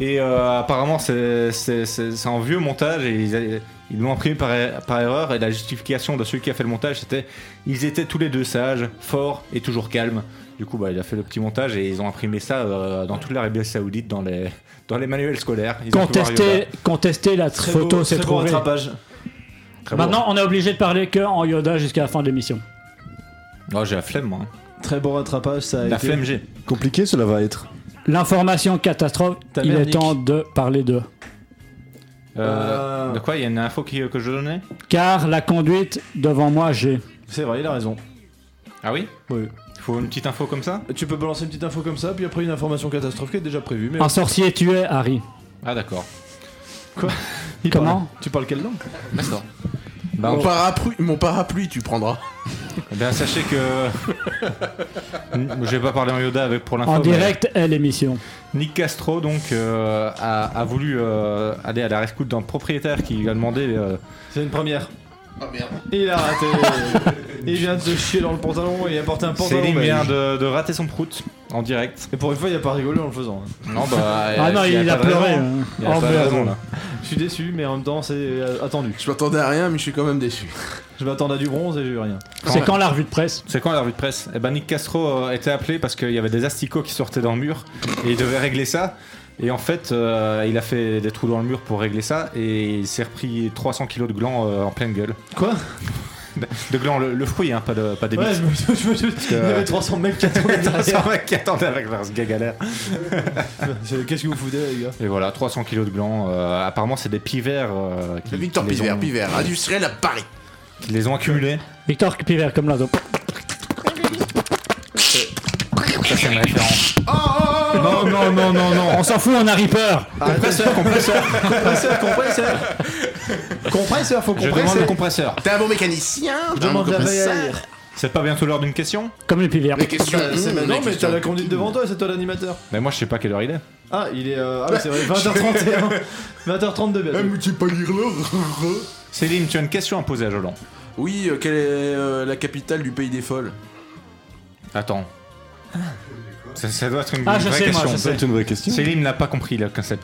Et euh, apparemment, c'est- c'est c'est- c'est un vieux montage et ils a- ils l'ont imprimé par, par erreur. Et la justification de celui qui a fait le montage, c'était ils étaient tous les deux sages, forts et toujours calmes. Du coup, bah, il a fait le petit montage et ils ont imprimé ça euh, dans toute l'Arabie Saoudite, dans les, dans les manuels scolaires. Ils ont pu voir Yoda.
Contester, contester la
Très
photo,
beau-
c'est
très beau
trouvé.
rattrapage.
Très beau.
Maintenant, on est obligé de parler que en Yoda jusqu'à la fin de l'émission.
Oh, j'ai la flemme, moi.
Très beau rattrapage, ça a
La
été.
flemme, j'ai.
Compliqué cela va être.
L'information catastrophe,
Ta
il
mère,
est
Nick.
temps de parler de.
Euh,
Euh,
De quoi Il y a une info qui- que je donnais
Car la conduite devant moi, j'ai.
C'est vrai, il a raison.
Ah oui
Oui.
Faut une petite info comme ça
Tu peux balancer une petite info comme ça, puis après une information catastrophe qui est déjà prévue. Mais
Un sorcier est tué, Harry.
Ah, d'accord.
Il
Comment
parle- Tu parles quelle langue
D'accord. Bah,
Euh,
Mon parapluie, mon parapluie, tu prendras.
Eh bien, sachez que. Je vais pas parler en Yoda avec pour l'info.
En
mais
direct est l'émission.
Nick Castro, donc, euh, a, a voulu euh, aller à la rescousse d'un propriétaire qui lui a demandé. euh,
C'est une première.
Oh
Ah,
merde.
Il a raté. il vient de se chier dans le pantalon et il a porté un pantalon.
Céline
belge.
vient de, de rater son prout en direct.
Et pour une fois, il a pas rigolé en le faisant. hein.
Non, bah.
ah non, il, a,
pas de
pleuré.
raison.
hein.
Il y a
Oh,
pas de
merde.
raison, là.
Je suis déçu, mais en même temps, c'est euh, attendu.
Je m'attendais à rien, mais je suis quand même déçu.
Je m'attendais à du bronze et j'ai eu rien.
C'est quand la revue de presse
C'est quand la revue de presse Eh ben Nick Castro euh, était appelé parce qu'il y avait des asticots qui sortaient dans le mur et il devait régler ça. Et en fait, euh, il a fait des trous dans le mur pour régler ça et il s'est repris 300 kilos de gland euh, en pleine gueule.
Quoi
De gland, le, le fruit, hein, pas, de, pas des
Ouais,
bits.
je me, je me- Il y avait 300 mecs qui attendaient derrière.
300 mecs qui attendaient avec leur giga galère.
C'est- Qu'est-ce que vous foutez, les gars
Et voilà, 300 kilos de gland. euh, apparemment, c'est des pivers euh, qui,
Le Victor
qui les
Pivert,
ont-
Pivert, industriel à Paris.
qui les ont accumulés.
Victor Pivert, comme l'ado.
Ça, c'est une référence. Oh non, non, non, non, non.
On s'en fout, on a Reaper
Compresseur, compresseur.
Compresseur, compresseur Compresseur, faut
Je demande le
compresser
compresseur.
T'es un bon mécanicien. t'as un
Demande
bon
la veille
commissaire.
à lire.
C'est pas bientôt l'heure d'une question
Comme le Pivert.
Les questions.
Bah, Ah, c'est
mmh,
maintenant,
les
mais
questions.
t'as la conduite devant toi, c'est toi l'animateur.
Mais moi, je sais pas quelle heure il est.
Ah, il est. euh, Ah, oui, c'est vrai, 20h31. 20h32 de
Eh,
bête.
mais tu sais pas lire là
Céline, tu as une question à poser à Jolan.
Oui, euh, quelle est euh, la capitale du pays des folles
Attends. Ça, ça doit être une
Ah, je
vraie
sais, moi,
question.
je sais.
C'est une vraie question.
Céline n'a pas compris le concept.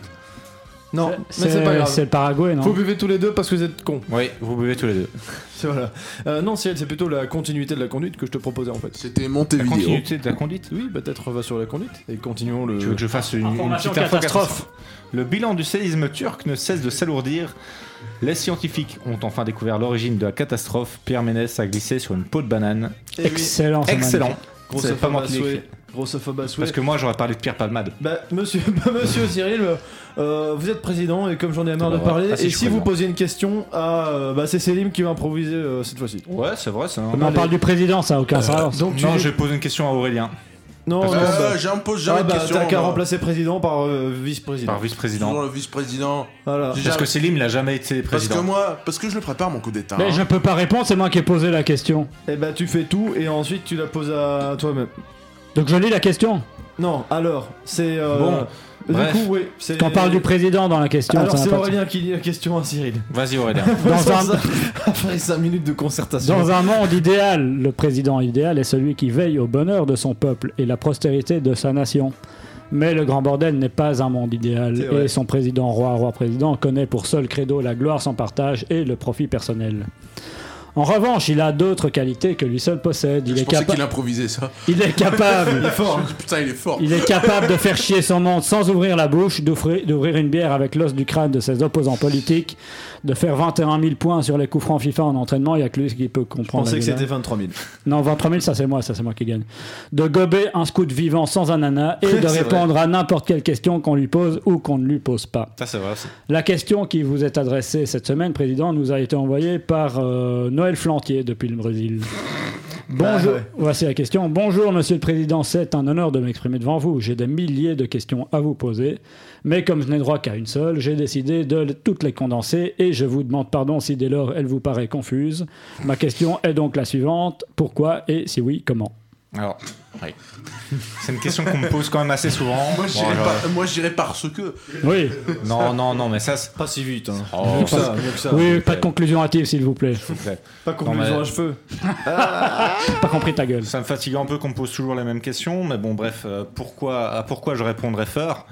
Non, mais c'est pas
C'est c'est
grave.
le Paraguay, non
Vous buvez tous les deux parce que vous êtes cons.
Oui, vous buvez tous les deux.
C'est voilà. Euh, non, Ciel, c'est plutôt la continuité de la conduite que je te proposais en fait.
C'était
La
Montevideo.
continuité de la conduite
Oui, peut-être va sur la conduite et continuons le.
Tu veux que je fasse une, une
Information
petite info
catastrophe.
Le bilan du séisme turc ne cesse de s'alourdir. Les scientifiques ont enfin découvert l'origine de la catastrophe. Pierre Ménès a glissé sur une peau de banane.
Eh oui,
Excellent, c'est
Excellent. C'est pas
Grossophobe
moi
à
qui l'ai
souhait.
écrit.
Grossophobe à souhait.
Parce que moi, j'aurais parlé de Pierre Palmade.
Bah, monsieur, bah, monsieur Cyril, euh, vous êtes président et comme j'en ai marre
C'est
de
pas vrai.
parler,
Ah, si,
et
je
si
suis
vous
président.
posiez une question à. euh, bah, c'est Célim qui va improviser euh, cette fois-ci.
Ouais, c'est vrai, c'est
magnifique. On parle du président, ça a aucun sens.
Euh, Donc tu.
Non, je pose une question à Aurélien,
Non, non, bah,
Euh, J'en pose jamais
ah,
de
bah,
questions.
t'as qu'à
moi.
remplacer président par euh, vice-président.
par vice-président.
Toujours le vice-président.
Voilà.
J'ai jamais-
Parce que Célim n'a jamais été
Parce
président.
que moi, parce que je le prépare mon coup d'état.
Mais
hein.
je peux pas répondre, c'est moi qui ai posé la question.
Et bah, tu fais tout et ensuite tu la poses à toi-même.
Donc je lis la question.
Non, alors, c'est. euh,
Bon,
Du
bref.
coup, oui. c'est-
Quand on parle du président dans la question,
Alors,
ça
c'est
n'a pas de-
Aurélien qui lit la question à Cyril.
Vas-y, Aurélien.
Dans un-
Après 5 minutes de concertation.
Dans un monde idéal, le président idéal est celui qui veille au bonheur de son peuple et la prospérité de sa nation. Mais le grand bordel n'est pas un monde idéal
C'est vrai.
et son président roi roi président connaît pour seul credo la gloire sans partage et le profit personnel. En revanche, il a d'autres qualités que lui seul possède. Il,
je
est,
pensais
capa-
qu'il improvisait ça.
il est capable
Il est fort.
hein.
Putain, il est fort.
Il est capable de faire chier son monde sans ouvrir la bouche, d'offrir- d'ouvrir une bière avec l'os du crâne de ses opposants politiques, de faire 21 000 points sur les coups francs FIFA en entraînement. Il n'y a que lui qui peut
Je
comprendre.
pensais
la
que
gueule. hein.
c'était 23 000.
Non, 23 000, ça c'est moi, ça c'est moi qui gagne. De gober un scout vivant sans un nana et de
C'est
répondre à n'importe quelle question qu'on lui pose ou qu'on ne lui pose pas.
Ça, c'est vrai. c'est-
La question qui vous est adressée cette semaine, Président, nous a été envoyée par euh, Noël Flantier depuis le Brésil. Bonjour,
Ah ouais.
voici la question. Bonjour Monsieur le Président, c'est un honneur de m'exprimer devant vous. J'ai des milliers de questions à vous poser, mais comme je n'ai droit qu'à une seule, j'ai décidé de le- toutes les condenser et je vous demande pardon si dès lors elle vous paraît confuse. Ma question est donc la suivante, pourquoi et si oui, comment
Alors, oui. c'est une question qu'on me pose quand même assez souvent.
Moi, je
Bon,
dirais
alors, euh,
par- moi, je dirais parce que.
Oui,
Non, non, non, mais ça, c'est-
Pas si vite. Hein.
Oh,
mieux que ça, mieux que ça.
oui, pas de conclusion hâtive, s'il vous plaît.
Pas qu'on
Non,
les
mais-
a à cheveux.
Pas compris ta gueule.
ça me fatigue un peu qu'on me pose toujours les mêmes questions. Mais bon, bref, euh, pourquoi, à pourquoi je répondrais fort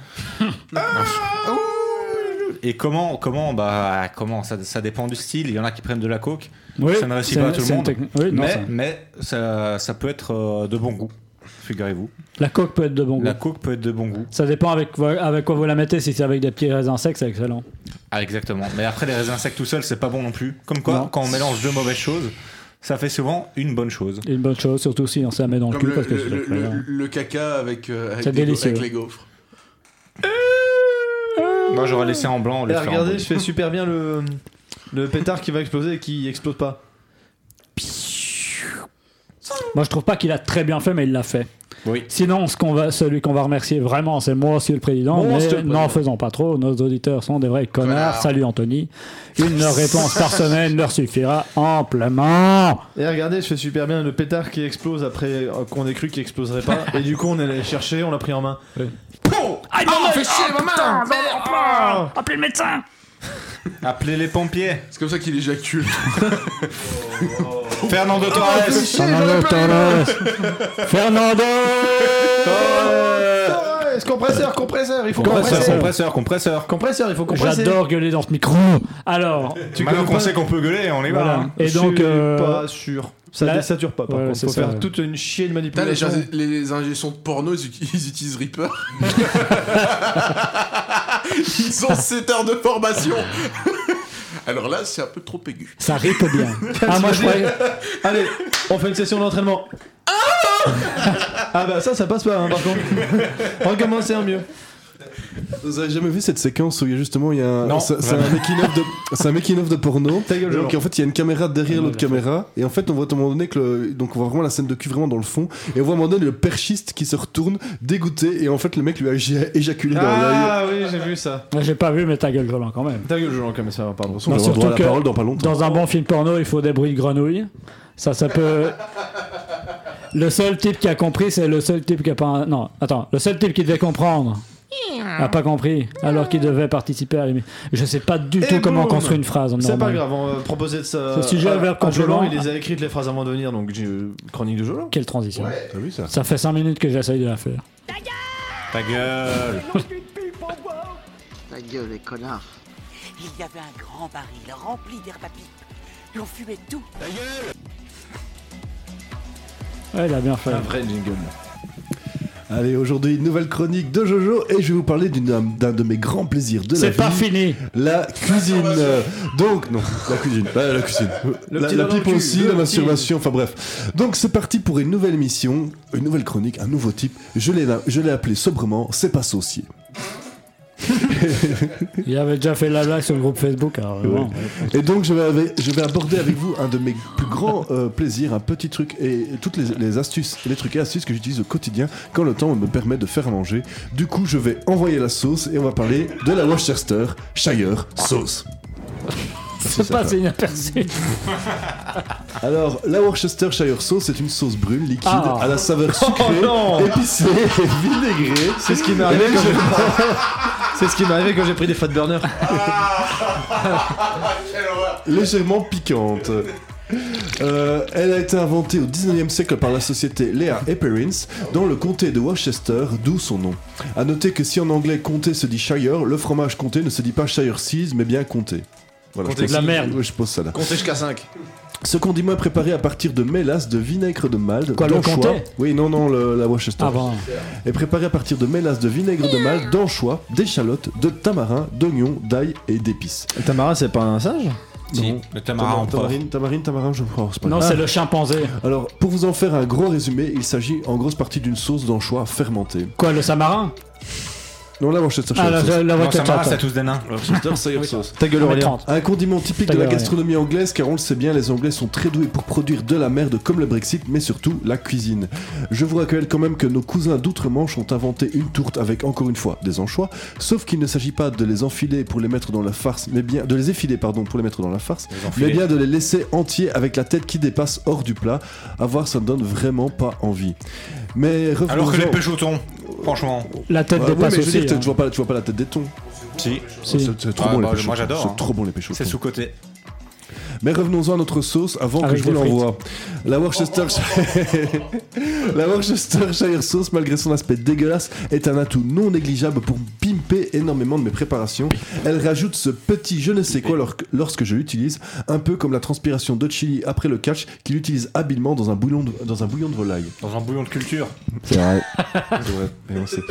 Ah, Et comment, comment, bah, comment ça, ça dépend du style. Il y en a qui prennent de la coke.
Oui,
ça ne réussit
c'est-
pas à tout le
c'est une
monde.
technique. Oui, non,
mais
ça-
mais ça, ça peut être euh, de bon goût, figurez-vous.
La coque peut être de bon
La
goût.
coke peut être de bon goût.
Ça dépend avec, quoi- avec quoi vous la mettez. Si c'est avec des petits raisins secs, c'est excellent.
Ah, exactement. Mais après, les raisins secs tout seuls, c'est pas bon non plus. Comme quoi,
Non.
quand on mélange deux mauvaises choses, ça fait souvent une bonne chose.
Une bonne chose, surtout si on se la met dans le
Comme
cul.
le,
parce que
le-
c'est
le-
excellent.
le- le caca avec, euh, avec
C'est
des-
délicieux.
avec les gaufres.
Moi, j'aurais laissé en blanc. le
Eh,
faire en
regardez,
bleu.
je fais super bien le, le pétard qui va exploser et qui explose pas.
Moi, je trouve pas qu'il a très bien fait, mais il l'a fait.
Oui.
Sinon, ce qu'on va, celui qu'on va remercier vraiment, c'est moi, monsieur le président.
Mon monsieur le
mais
président.
n'en faisons pas trop. Nos auditeurs sont des vrais connards.
Connard.
Salut, Anthony. Une réponse par semaine leur suffira amplement.
Et Eh, regardez, je fais super bien le pétard qui explose après euh, qu'on ait cru qu'il exploserait pas. et du coup, on est allé chercher, on l'a pris en main.
Aïe, maman, fais chier, maman. Appelez le médecin.
Appelez les pompiers.
C'est comme ça qu'il éjacule.
Oh,
Fernando
Eh,
Torres.
Fernando Torres. Fernando.
Torres, compresseur, compresseur, il faut
Compresseur,
compresser.
compresseur, compresseur.
Compresseur, il faut compresser.
J'adore gueuler dans ce micro. Alors,
Tu
Maintenant
connais
qu'on
pas-
sait qu'on peut gueuler, on y va.
Voilà.
hein.
Et
Ah, Je
donc,
suis
euh,
pas sûr. Ça
la-
désature pas. Par
Ouais,
contre,
c'est
faut
ça,
faire
ouais.
toute une chienne
Putain, les,
manipulation.
gens- les, les injections de porno, ils, ut- ils utilisent Reaper. ils ont 7 heures de formation. Alors là, c'est un peu trop aigu.
ça rite bien. Ah, moi, je croyais.
Allez, on fait une session d'entraînement. Ah bah ça, ça passe pas. hein, par contre, recommencer un mieux.
Vous avez jamais vu cette séquence où il y a justement il y a un,
Non,
c'est, c'est un making of de c'est un making of de porno.
Ta gueule,
Donc
Jean.
en fait il y a une caméra derrière
Ouais,
l'autre
la
caméra et en fait on voit à un moment donné que le- donc on voit vraiment la scène de cul vraiment dans le fond et on voit à un moment donné le perchiste qui se retourne dégoûté et en fait le mec lui a éja- éjaculé dans l'œil.
Ah oui, j'ai vu ça.
J'ai pas vu, mais ta gueule volant quand même.
Ta gueule, Jean, comme ça, pardon.
On va
Non,
avoir droit à
surtout
la
que-
parole dans pas longtemps.
Dans un bon film porno, il faut des bruits de grenouilles. Ça, ça peut. Le seul type qui a compris, c'est le seul type qui a pas. Non, attends, le seul type qui devait comprendre a pas compris, alors qu'il devait participer à l'émission. Je sais pas du
Et
tout comment
boum
construire une phrase. en
Eh C'est pas
normal.
grave, on va proposer de ça.
Ce sujet
à-
au verbe
à Jolan,
complément.
Il les a écrites les phrases avant de venir, donc j'ai- euh, chronique de Jolan.
Quelle transition.
T'as vu ça
Ça fait 5 minutes que j'essaye de la faire.
Ta gueule.
Ta gueule, les connards.
Il y avait un grand baril rempli d'herbe à pipe. L'on fumait tout.
Ouais, il a bien fait.
Un vrai jingle.
Allez aujourd'hui nouvelle chronique de Jojo et je vais vous parler d'une- d'un de mes grands plaisirs de la vie.
C'est pas fini.
La cuisine. Euh, Donc, non, la cuisine. Bah, La, la cuisine.
Ah, Le
la
petit
la
doigt dans
pipe
le cul,
aussi,
le
la
petit.
masturbation, enfin bref. Donc, c'est parti pour une nouvelle émission, une nouvelle chronique, un nouveau type. Je l'ai je l'ai appelé sobrement, c'est pas saucier.
Il avait déjà fait la blague sur le groupe Facebook. alors, vraiment.
Et donc, je vais, avec- je vais aborder avec vous un de mes plus grands euh, plaisirs, un petit truc et toutes les, les astuces, les trucs et astuces que j'utilise au quotidien quand le temps me permet de faire à manger. Du coup, je vais envoyer la sauce et on va parler de la Worcestershire Shire sauce.
C'est pas c'est inaperçu.
Alors, la Worcestershire sauce, c'est une sauce brune liquide
Ah.
à la saveur sucrée,
Oh non
épicée et vinaigrée.
C'est ce qui m'est arrivé quand j'ai. C'est ce qui m'est arrivé quand j'ai pris des fat burners.
légèrement piquante. Euh, elle a été inventée au 19e siècle par la société Lea Epperins dans le comté de Worcester, d'où son nom. A noter que si en anglais comté se dit Shire, le fromage comté ne se dit pas Shire Seas mais bien comté. Voilà,
Comté
je
de la
pose-
merde.
oui, Je pose ça là.
Comptez jusqu'à 5.
Ce condiment est préparé à partir de mélasse de vinaigre de Malte.
Quoi, le
d'anchois-
comté
Oui, non, non, le- la Worcester
Ah bon.
est préparé à partir de mélasse de vinaigre de Malte, d'anchois, d'échalotes, de tamarin, d'oignons, d'ail et d'épices.
Tamara, c'est pas un singe
Si,
Non.
le tamarin en porc.
tamarine, tamarine, tamarin, je crois. c'est pas
Non,
grave.
c'est le chimpanzé.
Alors, pour vous en faire un gros résumé, il s'agit en grosse partie d'une sauce d'anchois fermentée.
Quoi, le samarin
Non, la Worcestershire
Ah, la,
sauce.
la, la
Non, ça
Worcestershire,
m'arrache,
ça.
c'est tous des nains.
Worcestershire sauce.
Ta gueule,
J'en mets
Aurélien.
30.
Un condiment typique de la
Tagaré.
gastronomie anglaise, car on le sait bien, les Anglais sont très doués pour produire de la merde comme le Brexit, mais surtout la cuisine. Je vous rappelle quand même que nos cousins d'outre-Manche ont inventé une tourte avec encore une fois des anchois, sauf qu'il ne s'agit pas de les enfiler pour les mettre dans la farce, mais bien de les effiler pardon pour les mettre dans la farce, mais bien de les laisser entiers avec la tête qui dépasse hors du plat. À voir, ça ne donne vraiment pas envie. Mais revenons
Alors que les péchotons, franchement.
La tête
Ouais,
dépasse
mais je veux
aussi.
dire,
hein.
tu vois pas, tu vois pas la tête des thons.
Si,
Si.
C'est c'est trop
Ah, bah,
bon les
moi,
péchotons.
j'adore,
C'est
hein.
trop bon les péchotons.
c'est sous-côté.
Mais revenons-en à notre sauce avant
Avec
que je vous
des frites.
l'envoie. La Worcestershire... la Worcestershire sauce, malgré son aspect dégueulasse, est un atout non négligeable pour pimper énormément de mes préparations. Elle rajoute ce petit je ne sais quoi lor- lorsque je l'utilise, un peu comme la transpiration de chili après le catch qu'il utilise habilement dans un bouillon de, dans un bouillon de volaille.
Dans un bouillon de culture.
C'est vrai. mais on sait.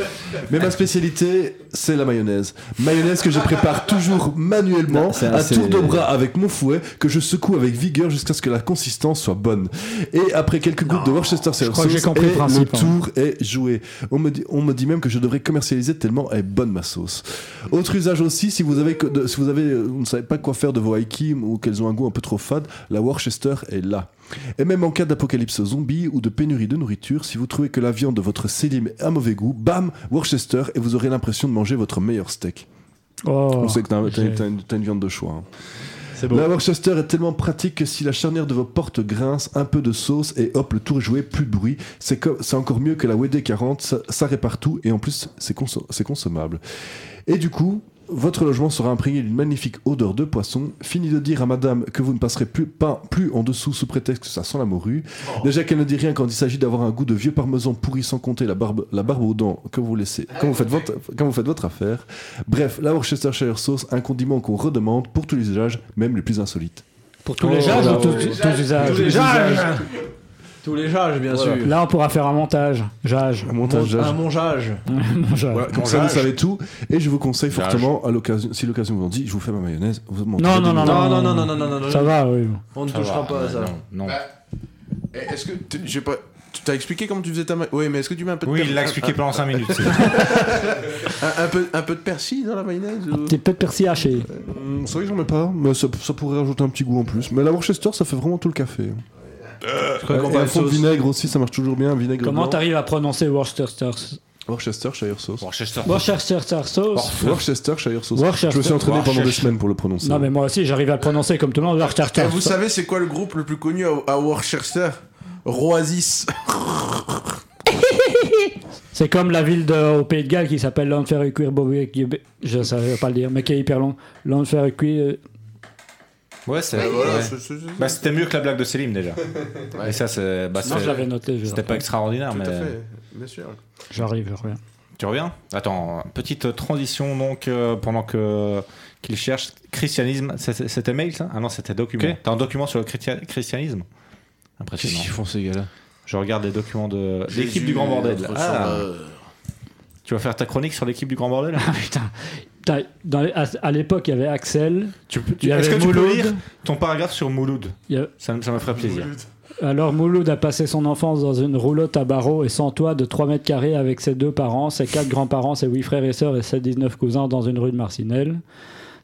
Mais ma spécialité, c'est la mayonnaise. Mayonnaise que je prépare toujours manuellement,
Non, c'est
à
assez-
tour de bras avec mon fouet, que je secoue avec vigueur jusqu'à ce que la consistance soit bonne. Et après quelques gouttes de Worcestershire
Je crois que j'ai
sauce,
compris le
et
principe, hein.
tour est joué. On me, dit, on me dit même que je devrais commercialiser tellement elle est bonne ma sauce. Autre usage aussi, si vous avez, que- de- si vous avez, euh, vous ne savez pas quoi faire de vos haïkis ou qu'elles ont un goût un peu trop fade, la Worcester est là. Et même en cas d'apocalypse zombie ou de pénurie de nourriture, si vous trouvez que la viande de votre sélim a mauvais goût, bam, Worcester, et vous aurez l'impression de manger votre meilleur steak.
Oh.
On sait que t'as, t'as-
j'ai-
t'as une, t'as une viande de choix. hein.
C'est beau.
La Worcester est tellement pratique que si la charnière de vos portes grince, un peu de sauce et hop, le tour est joué, plus de bruit. C'est, co- c'est encore mieux que la WD40, ça, ça répare tout et en plus, c'est, conso- c'est consommable. Et du coup, votre logement sera imprégné d'une magnifique odeur de poisson. Fini de dire à madame que vous ne passerez plus, pas, plus en dessous sous prétexte que ça sent la morue.
Oh.
Déjà qu'elle ne dit rien quand il s'agit d'avoir un goût de vieux parmesan pourri sans compter la barbe, la barbe aux dents quand vous, laissez,
Ah
quand, vous faites votre, quand vous faites votre affaire. Bref, la Worcestershire sauce, un condiment qu'on redemande pour tous les usages, même les plus insolites.
Pour tous les usages ou tous- tous usages
jages Tous les jages, bien sûr.
Là, on pourra faire un montage. Jage.
Un montage
Un montage.
Montage.
Voilà, comme ça vous savez tout. Et je vous conseille fortement, à l'occasion, si l'occasion vous en dit, je vous fais ma mayonnaise. Vous m'en
Non,
trouvez
non,
des
non,
millions.
Non, non, non, non, non, non, non, non.
Ça va, oui.
On ne touchera pas à ça.
Non.
Bah, eh, Est-ce que tu- j'ai pas tu t'as expliqué comment tu faisais ta ma- Oui, mais est-ce que tu mets un peu de
Oui,
per-
il l'a expliqué pendant 5 minutes. c'est-
un, un peu un peu de persil dans la mayonnaise
Un
ou-
petit peu de persil haché.
Hum, C'est vrai que j'en mets pas, mais ça, ça pourrait rajouter un petit goût en plus. Mais la Worcester, ça fait vraiment tout le café.
crois qu'on
et
Euh,
parlait
un
de
fond de
sauce.
vinaigre aussi, ça marche toujours bien. Vinaigre
Comment
blanc.
t'arrives à prononcer Worcestershire
Worcester, Shire sauce.
Worcester.
Bah, Worcestershire sauce
Worcester, Shire sauce.
Worcester.
Je me suis entraîné pendant deux
Worcester.
semaines pour le prononcer.
Non, mais moi aussi, j'arrive à le prononcer comme tout le monde.
Eh,
Worcestershire
vous savez c'est quoi le groupe le plus connu à, à Worcester Roasis.
C'est comme la ville de- au Pays de Galles qui s'appelle Lanferrecuir Bobby. Je ne savais pas le dire, mais qui est hyper long. Lanferrecuir.
Ouais, c'est.
Ah, voilà,
ouais.
c'est- c'est- c'est-
Bah, c'était mieux que la blague de Selim déjà. Et ça, c'est. Bah,
Non,
c'est-
je l'avais noté. je-
C'était pas extraordinaire,
Tout
mais.
à fait, bien sûr.
J'arrive, je reviens.
Tu reviens Attends, petite transition donc euh, pendant que qu'il cherche christianisme. c'est- C'était mail ça Ah non, c'était document. T'as un document sur le chrétia- christianisme
Qu'est-ce
Impressionnant.
qu'ils font ces gars-là
Je regarde les documents de l'équipe
Jésus,
du Grand Bordel.
notre
Ah,
sauveur.
tu vas faire ta chronique sur l'équipe du Grand Bordel
Ah, putain. Putain, dans les- à, à l'époque, il y avait Axel.
Tu peux- tu-
Il y
Est-ce que
avait
tu peux
Mouloud.
lire ton paragraphe sur Mouloud
il y a-
ça, me- ça me ferait plaisir.
Alors Mouloud a passé son enfance dans une roulotte à barreaux et sans toit de 3 mètres carrés avec ses deux parents, ses quatre grands-parents, ses huit frères et sœurs et ses 19 cousins dans une rue de Marcinelle.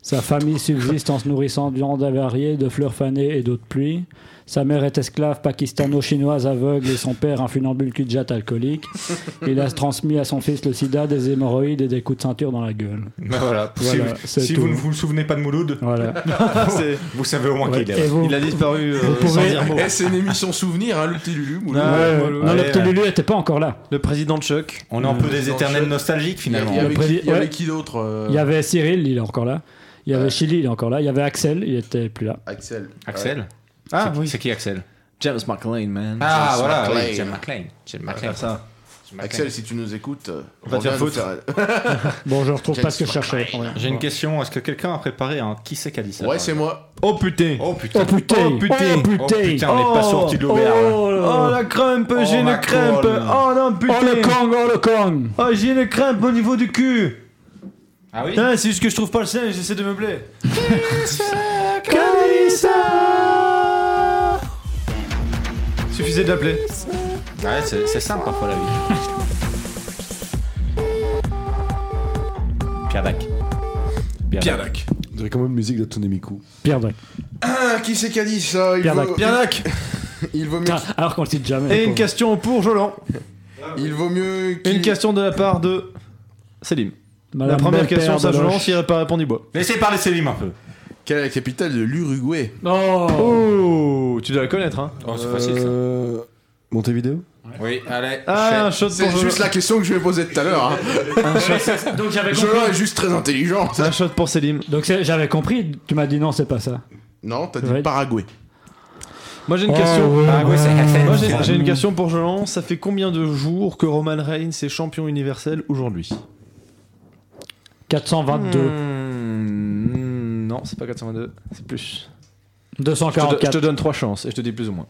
Sa famille subsiste en se nourrissant de viande avariée, de fleurs fanées et d'eau de pluie. Sa mère est esclave pakistano-chinoise aveugle et son père un funambule cul de jatte alcoolique. Il a transmis à son fils le sida, des hémorroïdes et des coups de ceinture dans la gueule.
Mais Bah voilà. Si,
Voilà, c'est
si
tout.
vous ne vous souvenez pas de Mouloud,
Voilà.
c'est- vous savez au moins
Ouais,
qui il
et
est.
vous-
Il a disparu euh,
Vous pouvez-
sans dire mot.
Eh, c'est une émission souvenir hein, le petit Lulu. Moulou.
Ah,
Ouais,
ouais,
non, le
ouais.
petit Lulu était pas encore là.
Le président de Chuck.
On est un peu des
Dans le
éternels
chat.
nostalgiques
Il y avait-
finalement.
il y avait qui- il y avait
Ouais.
qui d'autre euh,
Il y avait Cyril, il est encore là. Il y avait Chili, il est encore là. Il y avait Axel, il était plus là.
Axel.
Axel
Ah,
C'est- C'est qui Axel
James McLean, man.
Ah
James
voilà,
McLean.
oui, James McLean. James
On va faire
McLean.
ça.
James
Ouais.
McLean.
Axel, si tu nous écoutes, euh,
va te faire
reviens nous
Bon, je retrouve
James
pas ce que je cherchais. Ouais.
J'ai une question, est-ce que quelqu'un a préparé un qui c'est qui a dit ça
Ouais, c'est moi.
Oh putain
Oh putain.
Oh putain
Oh, putain.
Oh putain
Oh, putain, on est pas
Oh.
sorti de l'auberge. hein.
Oh
Oh
la crumpe,
Oh,
j'ai une
ma
crumpe
colle.
Oh non
Oh, le
putain
Kong, oh le Kong
Oh j'ai une crumpe au niveau du cul
Ah oui
Putain, c'est juste que je trouve pas le sien et j'essaie de meubler Suffisait d'appeler.
Ouais, c'est c'est simple parfois la vie. Pierre Dac.
Pierre Dac.
On dirait quand même musique d'Atonémiku.
Pierre Dac.
Ah, qui c'est qui a dit ça il
Pierre Dac.
vaut...
Pierre Dac
Il vaut mieux,
Putain, Ah, alors qu'on le cite jamais.
Et
le
une
pauvre.
question pour Jolan.
il vaut mieux
Une
qu'il-
question de la part de Selim. la
Madame
première
Belper
question, ça
de
Jolan,
Loche.
s'il n'a pas répondu, bois.
Laissez parler Célim un peu.
Quelle est la capitale de l'Uruguay
Oh,
Oh, tu dois la connaître, hein.
Oh, c'est
Euh, Montevideo
Oui, allez.
Ah, un shot
C'est
pour
juste
Jolan.
la question que je vais poser tout à l'heure. Hein.
Donc j'avais
Jolan
compris.
est juste très intelligent.
Un shot pour Selim.
Donc c'est- j'avais compris, tu m'as dit non, c'est pas ça.
Non, t'as dit
Ouais.
Paraguay.
Moi j'ai une question.
Ah, ouais, c'est-
Moi j'ai- j'ai une question pour Jolan. Ça fait combien de jours que Roman Reigns est champion universel aujourd'hui
422.
Hmm, Non, c'est pas 422, c'est plus. Je te, je te
244.
donne trois chances et je te dis plus ou moins.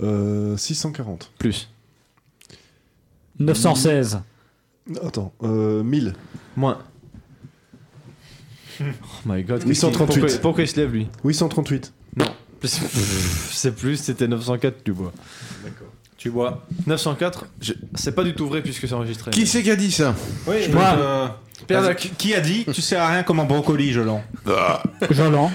euh, 640.
Plus.
916.
Attends, euh, 1000.
Moins. Oh my god. qu'est-ce qu'il-
838.
Pourquoi, pourquoi il se lève lui
838.
Plus- C'est plus, c'était 904, tu bois.
Tu bois.
904, je- c'est pas du tout vrai puisque c'est enregistré.
Qui c'est qui a dit ça
Oui,
bois.
qui, euh, qui a dit Tu sers à rien comme un brocoli, Jolan
Jolan.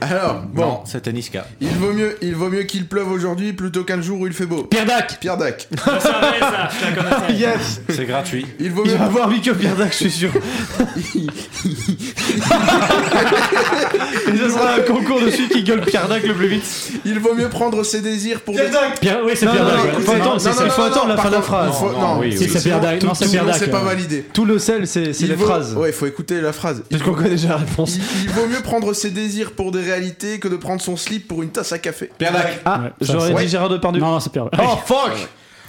Ah. Alors, bon,
Bon, c'était Niska.
il vaut mieux il vaut mieux qu'il pleuve aujourd'hui plutôt qu'un jour où il fait beau.
Pierre Dac
Pierre Dac.
Yes
C'est gratuit.
Il vaut
Il
mieux
va avoir Mickey Pierdac, je suis sûr. Et ce sera un concours de celui qui gueule Pierdac le plus vite.
il vaut mieux prendre ses désirs pour des-
Pierre, oui, c'est
Non,
Pierre
non,
Dac.
non,
ouais.
faut
Non,
attendre, c'est-
non, non,
faut
non,
attendre la
par
fin de la
contre,
phrase.
faut- non,
oui,
oui,
Si, c'est Pierre Dac. Non,
Tout-
c'est
tout-
Pierre Dac. hein.
c'est pas
ouais.
validé.
Tout le sel, c'est c'est
Il
la
vaut-
phrase.
Ouais, il faut écouter la phrase.
Parce qu'on connaît déjà la réponse.
Il, il vaut mieux prendre ses désirs pour des réalités que de prendre son slip pour une tasse à café.
Pierdac.
Ah,
Ouais, ça,
j'aurais
c'est-
dit Gérard Depardieu.
Non, non, c'est Pierre Dac.
Oh fuck